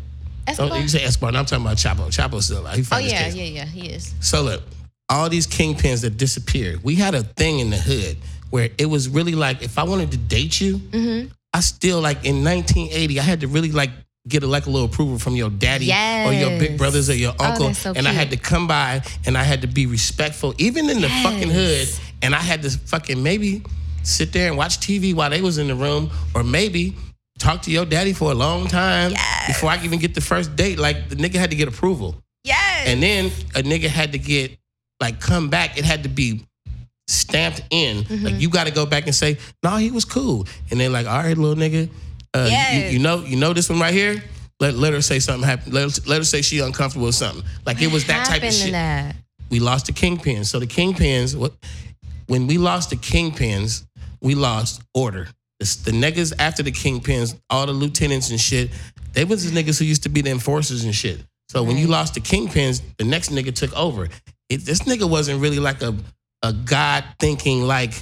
Speaker 7: Escobar?
Speaker 3: Don't, you say Escobar? No, I'm talking about Chapo. Chapo's still alive. He
Speaker 7: Oh
Speaker 3: fighting
Speaker 7: yeah,
Speaker 3: his case.
Speaker 7: yeah, yeah. He is.
Speaker 3: So look, all these kingpins that disappeared. We had a thing in the hood where it was really like if I wanted to date you,
Speaker 7: Mm-hmm.
Speaker 3: I still like in 1980 I had to really like get a, like a little approval from your daddy or your big
Speaker 7: Yes. Oh,
Speaker 3: brothers or your uncle,
Speaker 7: that's so
Speaker 3: and I had to
Speaker 7: cute.
Speaker 3: come by and I had to be respectful, even in the fucking hood,
Speaker 7: Yes.
Speaker 3: and I had to fucking maybe. sit there and watch TV while they was in the room, or maybe talk to your daddy for a long time before I could even get the first date. Like the nigga had to get approval.
Speaker 8: Yes.
Speaker 3: And then a nigga had to get like come back. It had to be stamped in. Like you got to go back and say, "No, he was cool." And they're like, "All right, little nigga, uh, you- you,
Speaker 8: Yes.
Speaker 3: you know, you know this one right here." Let, let her say something happened. Let, her- let her say she uncomfortable or something. Like it was that type of
Speaker 7: Happened to
Speaker 3: shit.
Speaker 7: that.
Speaker 3: We lost the kingpins. So the kingpins, what when we lost the kingpins, we lost order. It's the niggas after the kingpins, all the lieutenants and shit, they was the niggas who used to be the enforcers and shit. So when you lost the kingpins, the next nigga took over. It, this nigga wasn't really like a a god thinking like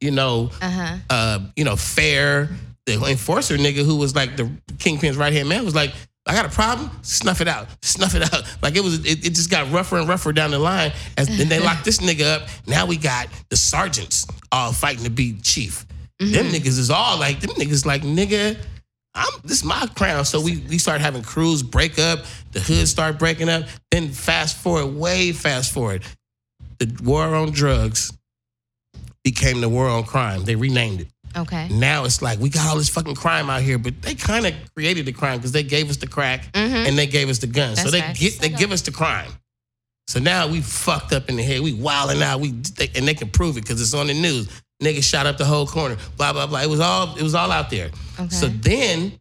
Speaker 3: you know
Speaker 7: Uh-huh.
Speaker 3: uh, you know, fair. The enforcer nigga who was like the kingpin's right hand man was like, I got a problem, snuff it out, snuff it out. Like it was, it, it just got rougher and rougher down the line. As then they locked this nigga up. Now we got the sergeants all fighting to be chief. Them niggas is all like, them niggas like nigga. I'm, this is my crown. So we we start having crews break up, the hood start breaking up. Then fast forward, way fast forward, the war on drugs became the war on crime. They renamed it.
Speaker 7: Okay.
Speaker 3: Now it's like we got all this fucking crime out here, but they kind of created the crime because they gave us the crack and they gave us the guns. so
Speaker 7: Mm-hmm. That's
Speaker 3: they
Speaker 7: facts.
Speaker 3: get they give us the crime. So now we fucked up in the head. We wilding out. We they, and they can prove it because it's on the news. Niggas shot up the whole corner. Blah blah blah. It was all it was all out there. So
Speaker 7: Okay.
Speaker 3: then,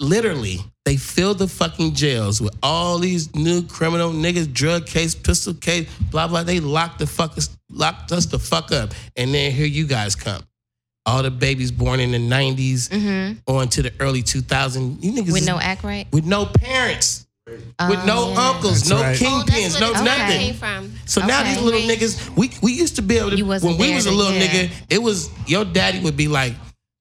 Speaker 3: literally, they filled the fucking jails with all these new criminal niggas, drug case, pistol case, blah blah. They locked the fuck us, locked us the fuck up, and then here you guys come. All the babies born in the 90s on to the early 2000s. You niggas
Speaker 7: Mm-hmm. With
Speaker 3: is-
Speaker 7: no act right?
Speaker 3: with no parents, with
Speaker 7: Oh,
Speaker 3: no uncles,
Speaker 4: That's
Speaker 3: no
Speaker 4: right.
Speaker 2: Oh, that's
Speaker 3: kingpins,
Speaker 2: where
Speaker 3: no
Speaker 2: the term
Speaker 3: nothing.
Speaker 2: came from.
Speaker 3: So now
Speaker 7: Okay.
Speaker 3: these little niggas, we, we used to be able to
Speaker 7: You wasn't
Speaker 3: when we
Speaker 7: there
Speaker 3: was a
Speaker 7: to-
Speaker 3: little
Speaker 7: yeah.
Speaker 3: nigga, it was your daddy would be like,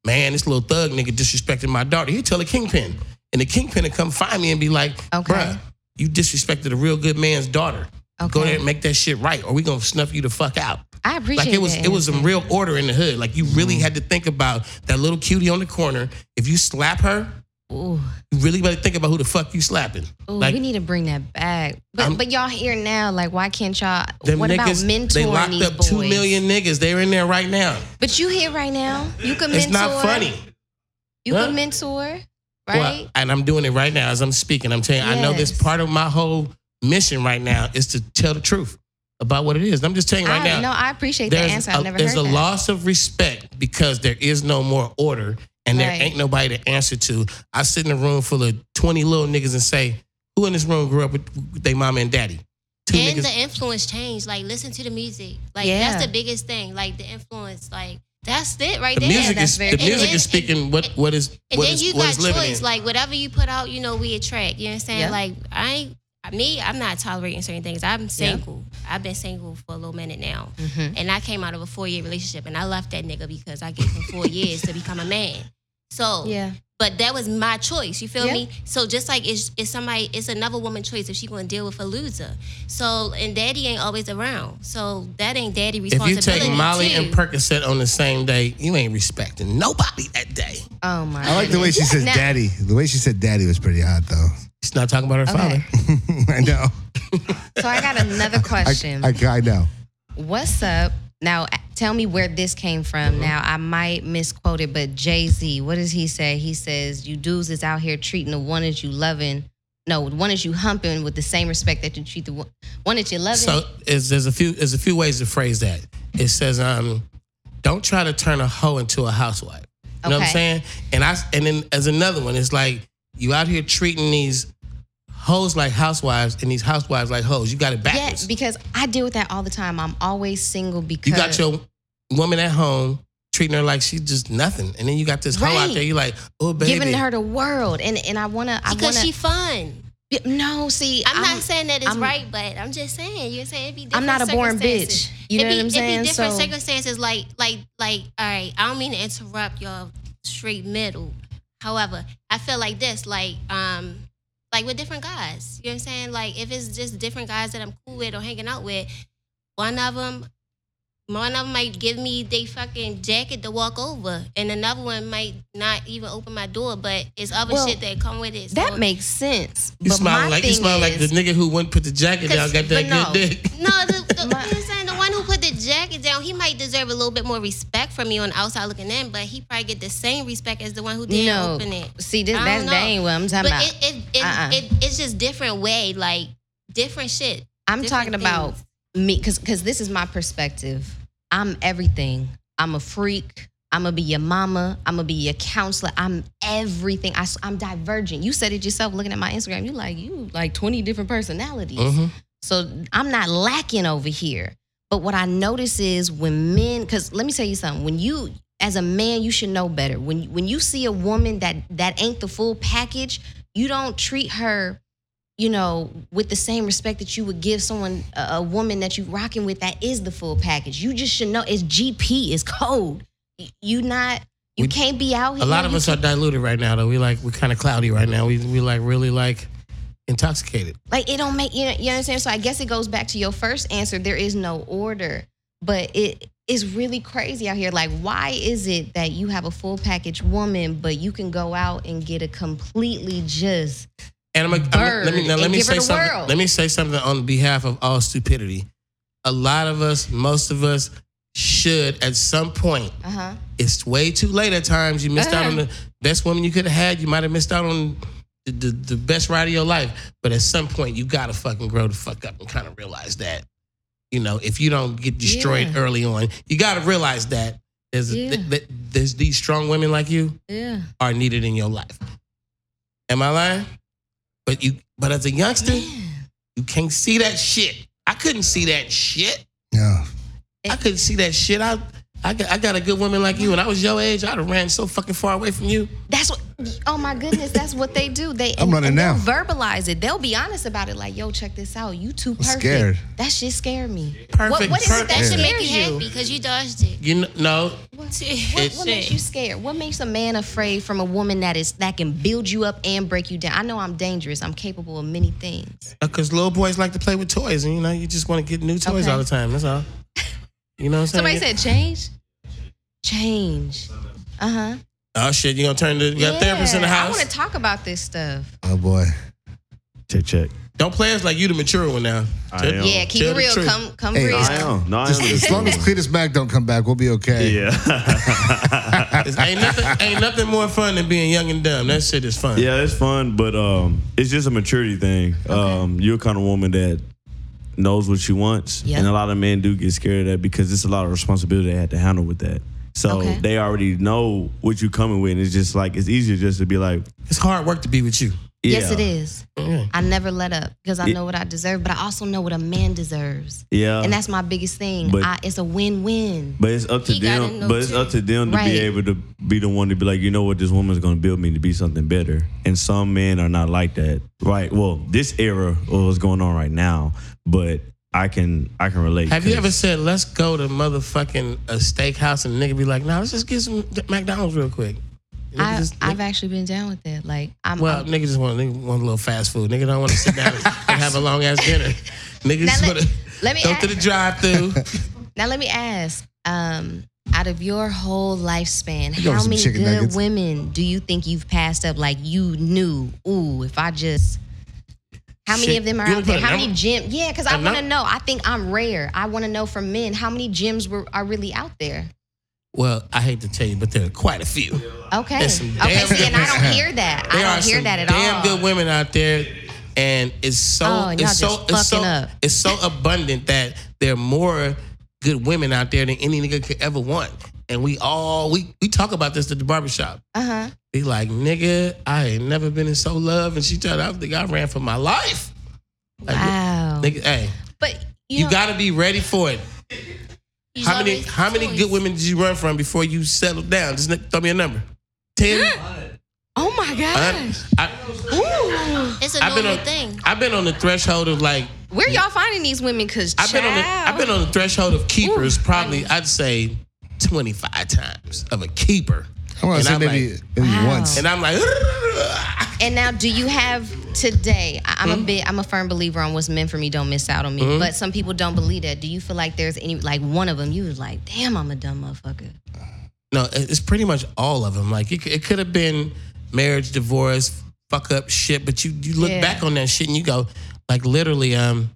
Speaker 3: man, this little thug nigga disrespected my daughter. He'd tell a kingpin, and the kingpin would come find me and be like,
Speaker 7: Okay.
Speaker 3: bruh, you disrespected a real good man's daughter. Go
Speaker 7: Okay.
Speaker 3: there and make that shit right, or we gonna snuff you the fuck out.
Speaker 7: I appreciate
Speaker 3: Like it was,
Speaker 7: that
Speaker 3: it was some
Speaker 7: insight.
Speaker 3: real order in the hood. Like you really
Speaker 4: Mm-hmm.
Speaker 3: had to think about that little cutie on the corner. If you slap her,
Speaker 7: Ooh.
Speaker 3: you really better think about who the fuck you slapping.
Speaker 7: Ooh,
Speaker 3: like
Speaker 7: we need to bring that back. But
Speaker 3: I'm-
Speaker 7: but y'all here now, like why can't y'all
Speaker 3: them
Speaker 7: what about
Speaker 3: niggas,
Speaker 7: mentoring
Speaker 3: they locked
Speaker 7: these
Speaker 3: up
Speaker 7: boys?
Speaker 3: two million niggas. They're in there right now.
Speaker 7: But you here right now. You can mentor
Speaker 3: It's not funny.
Speaker 7: You
Speaker 3: Huh?
Speaker 7: can mentor,
Speaker 3: Well,
Speaker 7: right?
Speaker 3: and I'm doing it right now as I'm speaking. I'm telling you, I know this
Speaker 7: Yes.
Speaker 3: part of my whole mission right now is to tell the truth about what it is. I'm just telling you right
Speaker 7: I,
Speaker 3: now.
Speaker 7: no, I appreciate that answer. I've
Speaker 3: a-
Speaker 7: never
Speaker 3: there's
Speaker 7: heard
Speaker 3: a
Speaker 7: that.
Speaker 3: loss of respect because there is no more order and there
Speaker 7: Right.
Speaker 3: ain't nobody to answer to. I sit in a room full of 20 little niggas and say, who in this room grew up with, with their mama and daddy? Two
Speaker 2: and
Speaker 3: niggas.
Speaker 2: the influence changed. Like listen to the music. Like
Speaker 7: Yeah.
Speaker 2: that's the biggest thing. Like the influence. Like that's it right
Speaker 3: the
Speaker 2: there.
Speaker 3: music
Speaker 7: that's
Speaker 3: is
Speaker 7: very
Speaker 3: the
Speaker 2: true.
Speaker 3: music
Speaker 2: And
Speaker 3: is
Speaker 2: then-
Speaker 3: speaking what
Speaker 2: and-
Speaker 3: what is
Speaker 2: And
Speaker 3: what
Speaker 2: then
Speaker 3: is-
Speaker 2: you
Speaker 3: what
Speaker 2: got
Speaker 3: is living
Speaker 2: choice.
Speaker 3: in.
Speaker 2: Like whatever you put out, you know, we attract. You know what I'm saying?
Speaker 7: Yeah.
Speaker 2: Like I ain't me, I'm not tolerating certain things. I'm single. I've been single for a little minute now.
Speaker 7: Mm-hmm.
Speaker 2: And I came out of a four year relationship and I left that nigga because I gave him four years to become a man. So
Speaker 7: Yeah.
Speaker 2: but that was my choice. You feel
Speaker 7: Yeah.
Speaker 2: me? So just like it's, it's somebody, it's another woman's choice if she gonna deal with a loser. So and daddy ain't always around. So that ain't daddy
Speaker 3: If
Speaker 2: responsibility.
Speaker 3: you take Molly
Speaker 2: too.
Speaker 3: and Percocet on the same day, you ain't respecting nobody that day.
Speaker 7: Oh my
Speaker 4: I like the way she says
Speaker 7: Now-
Speaker 4: daddy. The way she said daddy was pretty hot, though.
Speaker 3: She's not talking about her
Speaker 7: Okay.
Speaker 3: father.
Speaker 4: I know.
Speaker 7: So I got another
Speaker 4: I,
Speaker 7: question.
Speaker 4: I, I know.
Speaker 7: What's up? Now tell me where this came from.
Speaker 3: Uh-huh.
Speaker 7: Now I might misquote it, but Jay Z, what does he say? He says, You dudes is out here treating the one that you loving. No, the one that you humping with the same respect that you treat the one, one that you loving.
Speaker 3: So is, there's a few there's a few ways to phrase that. It says, um, don't try to turn a hoe into a housewife. You know what I'm
Speaker 7: Okay.
Speaker 3: saying? And I and then as another one, it's like you out here treating these hoes like housewives and these housewives like hoes. You got it
Speaker 7: yeah,
Speaker 3: backwards.
Speaker 7: because I deal with that all the time. I'm always single because
Speaker 3: you got your woman at home treating her like she's just nothing, and then you got this hoe out
Speaker 7: Right.
Speaker 3: there. You like, oh baby,
Speaker 7: giving her the world. And and I wanna I
Speaker 2: because
Speaker 7: wanna
Speaker 2: she fun.
Speaker 7: Yeah, No, see,
Speaker 2: I'm, not saying that it's
Speaker 7: I'm-
Speaker 2: right, but I'm just saying you're saying it'd be.
Speaker 7: I'm not
Speaker 2: different
Speaker 7: a born
Speaker 2: circumstances.
Speaker 7: bitch. You
Speaker 2: It
Speaker 7: know
Speaker 2: be,
Speaker 7: what I'm saying?
Speaker 2: It be different
Speaker 7: So-
Speaker 2: circumstances, like like like. All right, I don't mean to interrupt your straight middle. However, I feel like this, like um, like with different guys. You know what I'm saying? Like if it's just different guys that I'm cool with or hanging out with, one of them. One of them might give me they fucking jacket to walk over, and another one might not even open my door. But it's other
Speaker 7: Well,
Speaker 2: shit that come with it.
Speaker 7: That
Speaker 2: so-
Speaker 7: makes sense.
Speaker 3: You
Speaker 7: but
Speaker 3: smile
Speaker 7: my
Speaker 3: like you
Speaker 7: thing
Speaker 3: smile like the
Speaker 7: is-
Speaker 3: nigga who wouldn't put the jacket down,
Speaker 7: 'Cause-
Speaker 3: got that
Speaker 7: but
Speaker 3: good dick.
Speaker 2: No, the, the,
Speaker 7: My-
Speaker 2: you know what I'm saying? The one who put the jacket down, he might might deserve a little bit more respect from me on the outside looking in, but he probably get the same respect as the one who didn't
Speaker 7: No.
Speaker 2: open it.
Speaker 7: See, this,
Speaker 2: I
Speaker 7: that's,
Speaker 2: don't
Speaker 7: that
Speaker 2: know.
Speaker 7: ain't what I'm talking
Speaker 2: but
Speaker 7: about.
Speaker 2: it, it, it,
Speaker 7: Uh-uh.
Speaker 2: it, it's just different way, like different shit.
Speaker 7: I'm
Speaker 2: different
Speaker 7: talking about
Speaker 2: things.
Speaker 7: me because because this is my perspective. I'm everything. I'm a freak. I'm gonna be your mama. I'm gonna be your counselor. I'm everything. I, am divergent. You said it yourself. Looking at my Instagram, you like you like 20 different personalities.
Speaker 3: Mm-hmm.
Speaker 7: So I'm not lacking over here. But what I notice is when men, because let me tell you something. When you, as a man, you should know better. When when you see a woman that that ain't the full package, you don't treat her, you know, with the same respect that you would give someone a, a woman that you rocking with that is the full package. You just should know it's GP, it's code. Y- You not, you
Speaker 3: We-
Speaker 7: can't be out here.
Speaker 3: A lot of
Speaker 7: you
Speaker 3: us are diluted right now, though. We like we kind of cloudy right now. We we like really like intoxicated.
Speaker 7: Like it don't make you know, you understand. So I guess it goes back to your first answer. There is no order, but it is really crazy out here. Like, why is it that you have a full package woman, but you can go out and get a completely just
Speaker 3: And I'm, a, I'm a- let me now, let
Speaker 7: Bird and
Speaker 3: me
Speaker 7: give her
Speaker 3: say
Speaker 7: the
Speaker 3: something.
Speaker 7: world.
Speaker 3: Let me say something on behalf of all stupidity. A lot of us, most of us, should at some point.
Speaker 7: uh huh?
Speaker 3: It's way too late at times. You missed out on the best woman you could have had. You might have missed out on the, the, the best ride of your life. But at some point, you gotta fucking grow the fuck up and kind of realize that. You know, if you don't get destroyed
Speaker 7: Yeah.
Speaker 3: early on, you gotta realize that there's
Speaker 7: Yeah.
Speaker 3: th- th- there's these strong women like you
Speaker 7: Yeah.
Speaker 3: are needed in your life. Am I lying? But you, but as a youngster, you can't see that shit. I couldn't see that shit.
Speaker 4: Yeah.
Speaker 7: Eh.
Speaker 3: I couldn't see that shit. I, I got, I got a good woman like you. When I was your age, I'd have ran so fucking far away from you.
Speaker 7: That's what. Oh my goodness, that's what they do. They
Speaker 4: I'm running
Speaker 7: they'll
Speaker 4: now.
Speaker 7: Verbalize it. They'll be honest about it. Like, yo, check this out. You too perfect.
Speaker 4: scared.
Speaker 7: That shit scared me.
Speaker 3: Perfect.
Speaker 7: what is it
Speaker 3: perfect.
Speaker 2: That should make
Speaker 7: Scares
Speaker 2: you
Speaker 7: you.
Speaker 2: happy because you dodged it.
Speaker 3: You know, no,
Speaker 7: What, what,
Speaker 3: It's-
Speaker 7: what makes you scared? What makes a man afraid from a woman that is that can build you up and break you down? I know I'm dangerous. I'm capable of many things.
Speaker 3: because Uh, little boys like to play with toys, and you know, you just want to get new toys
Speaker 7: Okay.
Speaker 3: all the time. That's all. You know what I'm saying?
Speaker 7: Somebody said change. Change. Uh huh.
Speaker 3: "Oh shit, you gonna turn to you got therapists in the
Speaker 7: I want to
Speaker 3: house?
Speaker 7: talk about this stuff.
Speaker 4: Oh boy.
Speaker 8: Check, check.
Speaker 3: Don't play us like you the mature one now.
Speaker 8: I am.
Speaker 7: Yeah, keep
Speaker 3: Oh, Tell
Speaker 7: it
Speaker 3: the
Speaker 7: real.
Speaker 3: truth.
Speaker 7: Come, come
Speaker 4: Hey,
Speaker 7: real.
Speaker 8: I am. No, I am.
Speaker 4: Just, as long as Cletus Mack don't come back, we'll be okay.
Speaker 8: yeah.
Speaker 3: It's- ain't nothing, ain't nothing more fun than being young and dumb. That shit is fun.
Speaker 8: Yeah, it's fun, but um, it's just a maturity thing. Um, you're a kind of woman that knows what she wants,
Speaker 7: Yeah.
Speaker 8: and a lot of men do get scared of that because it's a lot of responsibility they have to handle with that. So
Speaker 7: Okay.
Speaker 8: they already know what you're coming with, and it's just like it's easier just to be like,
Speaker 3: It's hard work to be with you.
Speaker 8: yeah,
Speaker 7: Yes, it is. I never let up because I know what I deserve, but I also know what a man deserves,
Speaker 8: yeah,
Speaker 7: and that's my biggest thing.
Speaker 8: Uh, But-
Speaker 7: I, it's a win-win.
Speaker 8: But it's up to
Speaker 2: He gotta
Speaker 8: them.
Speaker 2: know
Speaker 8: But it's
Speaker 2: too.
Speaker 8: up to them to
Speaker 7: Right.
Speaker 8: be able to be the one to be like, you know what, this woman's gonna build me to be something better. And some men are not like that, right? Well, this era of what's going on right now, but I can I can relate.
Speaker 3: Have you
Speaker 8: 'cause-
Speaker 3: ever said, let's go to motherfucking a steakhouse and nigga be like, nah, let's just get some McDonald's real quick? Nigga
Speaker 7: I,
Speaker 3: just-
Speaker 7: I've actually been down with that. Like, I'm,
Speaker 3: well,
Speaker 7: I'm-
Speaker 3: nigga just want, nigga want a little fast food. Nigga don't want to sit down and have a long ass dinner. Nigga just
Speaker 7: let-
Speaker 3: want to
Speaker 7: let me
Speaker 3: go
Speaker 7: ask-
Speaker 3: to the drive through.
Speaker 7: Now let me ask, um, out of your whole lifespan,
Speaker 4: got
Speaker 7: how
Speaker 4: some
Speaker 7: many good
Speaker 4: chicken nuggets.
Speaker 7: women do you think you've passed up? Like you knew, ooh, if I just how many
Speaker 3: Shit,
Speaker 7: of them are
Speaker 3: you
Speaker 7: out
Speaker 3: wanna put
Speaker 7: there?
Speaker 3: a
Speaker 7: How
Speaker 3: number-
Speaker 7: many gyms? Yeah, because
Speaker 3: a
Speaker 7: I want to
Speaker 3: num-
Speaker 7: know. I think I'm rare. I want to know from men how many gyms were are really out there.
Speaker 3: well, I hate to tell you, but there are quite a few.
Speaker 7: Okay. Okay.
Speaker 3: There's some damn
Speaker 7: See, and I
Speaker 3: good-
Speaker 7: don't hear that. I
Speaker 3: There are
Speaker 7: don't hear
Speaker 3: some
Speaker 7: that at
Speaker 3: damn
Speaker 7: all.
Speaker 3: good women out there, and it's so
Speaker 7: Oh, and y'all
Speaker 3: it's so
Speaker 7: just
Speaker 3: it's so
Speaker 7: fucking up.
Speaker 3: it's so abundant that there are more good women out there than any nigga could ever want. And we all we we talk about this at the barbershop.
Speaker 7: Uh huh.
Speaker 3: Be like, nigga, I ain't never been in so love, and she told I think I ran for my life. Like,
Speaker 7: Wow.
Speaker 3: Nigga, hey,
Speaker 7: But you,
Speaker 3: you,
Speaker 7: know,
Speaker 3: gotta be ready for it.
Speaker 2: You
Speaker 3: How many
Speaker 2: always
Speaker 3: how many
Speaker 2: choice.
Speaker 3: good women did you run from before you settled down? Just n- throw me a number. Ten.
Speaker 7: Oh my
Speaker 3: I-
Speaker 7: gosh.
Speaker 3: I-
Speaker 7: Ooh.
Speaker 2: It's a
Speaker 3: I've been
Speaker 2: normal
Speaker 3: on.
Speaker 2: thing.
Speaker 3: I've been on the threshold of like.
Speaker 7: Where y'all finding these women? Cause
Speaker 3: I've been on. The,
Speaker 7: child.
Speaker 3: I've been on the threshold of keepers. probably, I'd say, twenty five times of a keeper.
Speaker 4: I want
Speaker 3: And
Speaker 4: to say
Speaker 3: I'm
Speaker 4: maybe,
Speaker 3: like-
Speaker 4: maybe
Speaker 7: Wow.
Speaker 4: once.
Speaker 3: And I'm like,
Speaker 7: And now, do you have today? I- I'm a bit, I'm a firm believer on what's meant for me. Don't miss out on me. But some people don't believe that. Do you feel like there's any, like one of them, you was like, damn, I'm a dumb motherfucker.
Speaker 3: no, it- it's pretty much all of them. Like it, c- it could have been marriage, divorce, fuck up shit. But you you look
Speaker 7: Yeah.
Speaker 3: back on that shit and you go, like literally, um,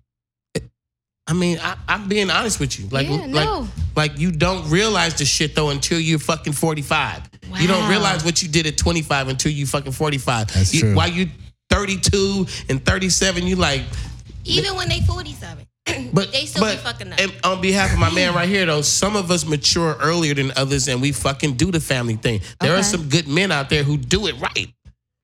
Speaker 3: I mean, I, I'm being honest with you. Like,
Speaker 7: Yeah,
Speaker 3: like,
Speaker 7: no.
Speaker 3: like you don't realize the shit though until you're fucking 45. You don't
Speaker 7: Wow.
Speaker 3: realize what you did at 25 until you fucking 45.
Speaker 4: That's
Speaker 3: you,
Speaker 4: true.
Speaker 3: While you 32 and 37, you like,
Speaker 2: Even when they 47.
Speaker 3: but
Speaker 2: They still be
Speaker 3: but,
Speaker 2: fucking up.
Speaker 3: And on behalf of my man right here though, some of us mature earlier than others, and we fucking do the family thing. There are
Speaker 7: Okay.
Speaker 3: some good men out there who do it right.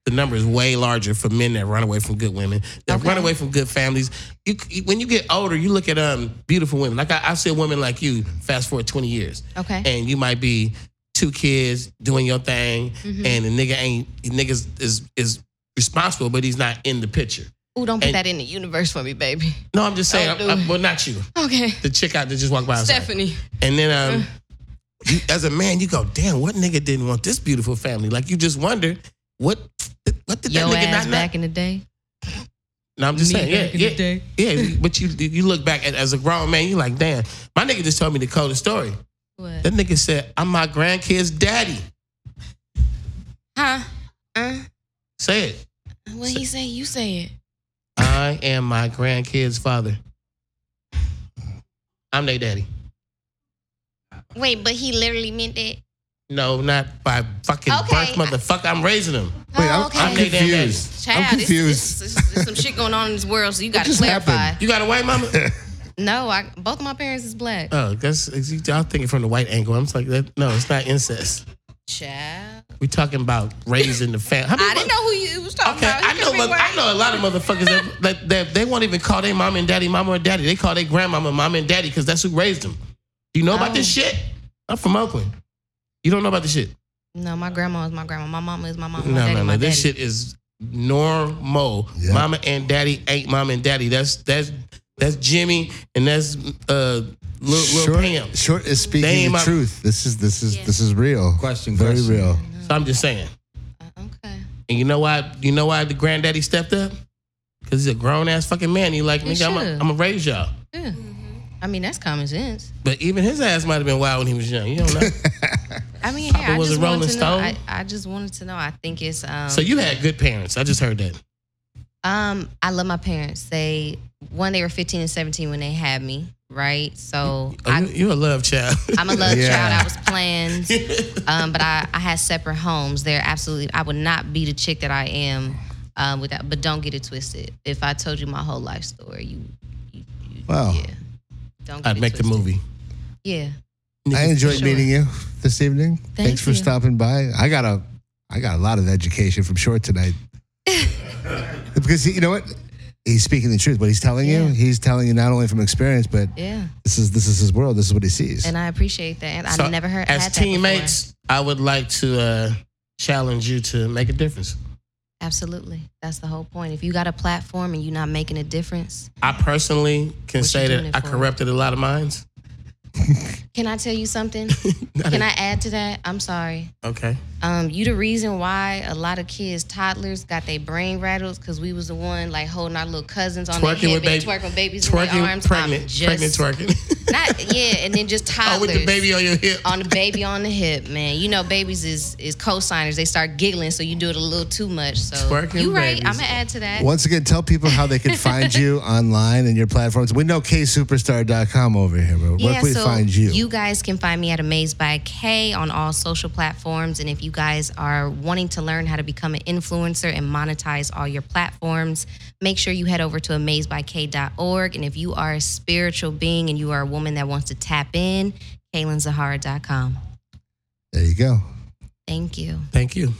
Speaker 3: The number is way larger for men that run away from good women, that run away from good families. You, you- when you get older, you look at um beautiful women. Like I, I see a woman like you. Fast forward twenty years,
Speaker 7: Okay.
Speaker 3: and you might be two kids doing your thing,
Speaker 2: Mm-hmm.
Speaker 3: and the nigga ain't niggas is is responsible, but he's not in the picture.
Speaker 7: Ooh, don't put
Speaker 3: and-
Speaker 7: that in the universe for me, baby.
Speaker 3: No, I'm just saying.
Speaker 7: Oh,
Speaker 3: I- I- well, not you.
Speaker 7: Okay.
Speaker 3: The chick out that just walked by. I was like,
Speaker 7: Stephanie.
Speaker 3: and then um,
Speaker 7: Mm.
Speaker 3: you, as a man, you go, damn, what nigga didn't want this beautiful family? Like you just wonder what what did
Speaker 7: Yo
Speaker 3: that nigga
Speaker 7: ass
Speaker 3: not
Speaker 7: back in the day.
Speaker 3: No, I'm just
Speaker 7: me
Speaker 3: saying,
Speaker 7: back in
Speaker 3: yeah,
Speaker 7: the
Speaker 3: yeah,
Speaker 7: day.
Speaker 3: yeah. But you you look back at, as a grown man, you like, damn, my nigga just told me the coldest story.
Speaker 7: What?
Speaker 3: That nigga said, I'm my grandkid's daddy.
Speaker 7: Huh? Uh?
Speaker 3: Say it.
Speaker 7: What he say? You say it.
Speaker 3: I am my grandkid's father. I'm their daddy.
Speaker 2: Wait, but he literally meant that.
Speaker 3: No, not by fucking
Speaker 2: Okay.
Speaker 3: birth, motherfucker. I'm raising them.
Speaker 4: Wait, I'm,
Speaker 2: Oh, okay.
Speaker 4: I'm
Speaker 3: Okay, damn,
Speaker 4: confused.
Speaker 7: Child,
Speaker 4: I'm
Speaker 7: It's,
Speaker 4: confused.
Speaker 7: it's, it's, it's some shit going on in this world, so you got to
Speaker 4: just
Speaker 7: clarify.
Speaker 4: happened?
Speaker 3: You got a white mama?
Speaker 7: No, I, both of my parents is black.
Speaker 3: Oh, that's y'all thinking from the white angle. I'm just like that. No, it's not incest.
Speaker 7: Child.
Speaker 3: We talking about raising the family.
Speaker 7: I didn't know who you was talking
Speaker 3: Okay,
Speaker 7: about.
Speaker 3: I
Speaker 7: You
Speaker 3: know,
Speaker 7: could be
Speaker 3: but I
Speaker 7: white.
Speaker 3: know a lot of motherfuckers that, that, that they won't even call their mom and daddy mama or daddy. They call their grandmama mom and daddy because that's who raised them. You know about this
Speaker 7: Oh.
Speaker 3: shit? I'm from Oakland. You don't know about this shit?
Speaker 7: No, my grandma is my grandma. My mama is my mama. My
Speaker 3: no,
Speaker 7: daddy,
Speaker 3: no,
Speaker 7: my
Speaker 3: no. This
Speaker 7: daddy.
Speaker 3: shit is normal.
Speaker 4: Yeah.
Speaker 3: Mama and daddy ain't mom and daddy. That's that's that's Jimmy and that's uh little, little
Speaker 4: short,
Speaker 3: Pam.
Speaker 4: short is
Speaker 3: They ain't
Speaker 4: speaking the
Speaker 3: my-
Speaker 4: truth. This is this is this is real.
Speaker 9: Question,
Speaker 4: Very
Speaker 9: question.
Speaker 4: real.
Speaker 3: So I'm just saying.
Speaker 7: Uh, okay.
Speaker 3: And you know why? You know why the granddaddy stepped up? Because he's a grown ass fucking man. He like,
Speaker 7: He
Speaker 3: nigga, I'm
Speaker 7: should.
Speaker 3: gonna raise y'all.
Speaker 7: Yeah. I mean, that's common sense.
Speaker 3: But even his ass might have been wild when he was young. You don't know.
Speaker 7: I mean,
Speaker 3: Papa
Speaker 7: hey, I
Speaker 3: was a
Speaker 7: just wanted
Speaker 3: Rolling
Speaker 7: to know. I,
Speaker 3: Stone?
Speaker 7: I just wanted to know. I think it's um.
Speaker 3: so you had good parents. I just heard that.
Speaker 7: Um, I love my parents. They one, they were 15 and 17 when they had me, right? So
Speaker 3: Oh,
Speaker 7: I,
Speaker 3: you, you a love child.
Speaker 7: I'm a love
Speaker 4: Yeah.
Speaker 7: child. I was planned, um, but I, I had separate homes. They're absolutely. I would not be the chick that I am um, without. But don't get it twisted. If I told you my whole life story, you, you, you
Speaker 4: Wow.
Speaker 7: yeah. Don't. Get
Speaker 3: I'd
Speaker 7: it
Speaker 3: make the
Speaker 7: twisted.
Speaker 3: movie.
Speaker 7: Yeah.
Speaker 4: I enjoyed
Speaker 7: Sure.
Speaker 4: meeting you this evening. Thanks for
Speaker 7: you.
Speaker 4: stopping by. I got a I got a lot of education from Short tonight. because you know what? He's speaking the truth. What he's telling
Speaker 7: Yeah.
Speaker 4: you, he's telling you not only from experience, but
Speaker 7: Yeah.
Speaker 4: this is this is his world. This is what he sees.
Speaker 7: And I appreciate that. And
Speaker 3: So,
Speaker 7: I never heard
Speaker 3: As
Speaker 7: had that before.
Speaker 3: teammates, I would like to uh, challenge you to make a difference.
Speaker 7: Absolutely. That's the whole point. If you got a platform and you're not making a difference,
Speaker 3: I personally can
Speaker 7: What
Speaker 3: say
Speaker 7: you doing
Speaker 3: that
Speaker 7: it
Speaker 3: I
Speaker 7: for?
Speaker 3: corrupted a lot of minds.
Speaker 7: can I tell you something? Can I add to that? I'm sorry.
Speaker 3: Okay.
Speaker 7: Um, you the reason why a lot of kids, toddlers, got their brain rattles because we was the one like holding our little cousins on their
Speaker 3: Twerking with
Speaker 7: headband,
Speaker 3: baby.
Speaker 7: twerking babies in
Speaker 3: Twerking,
Speaker 7: their arms,
Speaker 3: pregnant,
Speaker 7: I'm just,
Speaker 3: pregnant twerking.
Speaker 7: Not yeah, and then just
Speaker 3: oh,
Speaker 7: toddlers
Speaker 3: with the baby on your hip.
Speaker 7: on the baby on the hip, man. You know, babies is is co-signers. They start giggling, so you do it a little too much. So
Speaker 3: Twerking
Speaker 7: you right.
Speaker 3: babies.
Speaker 7: I'm gonna add to that.
Speaker 4: Once again, tell people how they can find you online and your platforms. We know ksuperstar.com over here, bro. Where
Speaker 7: yeah,
Speaker 4: can we
Speaker 7: so
Speaker 4: find you?
Speaker 7: guys can find me at Amazed by K on all social platforms. And if you guys are wanting to learn how to become an influencer and monetize all your platforms, make sure you head over to amazedbyk.org. And if you are a spiritual being and you are a woman that wants to tap in, KaylinZahara.com.
Speaker 4: there you go.
Speaker 7: Thank you.
Speaker 3: Thank you.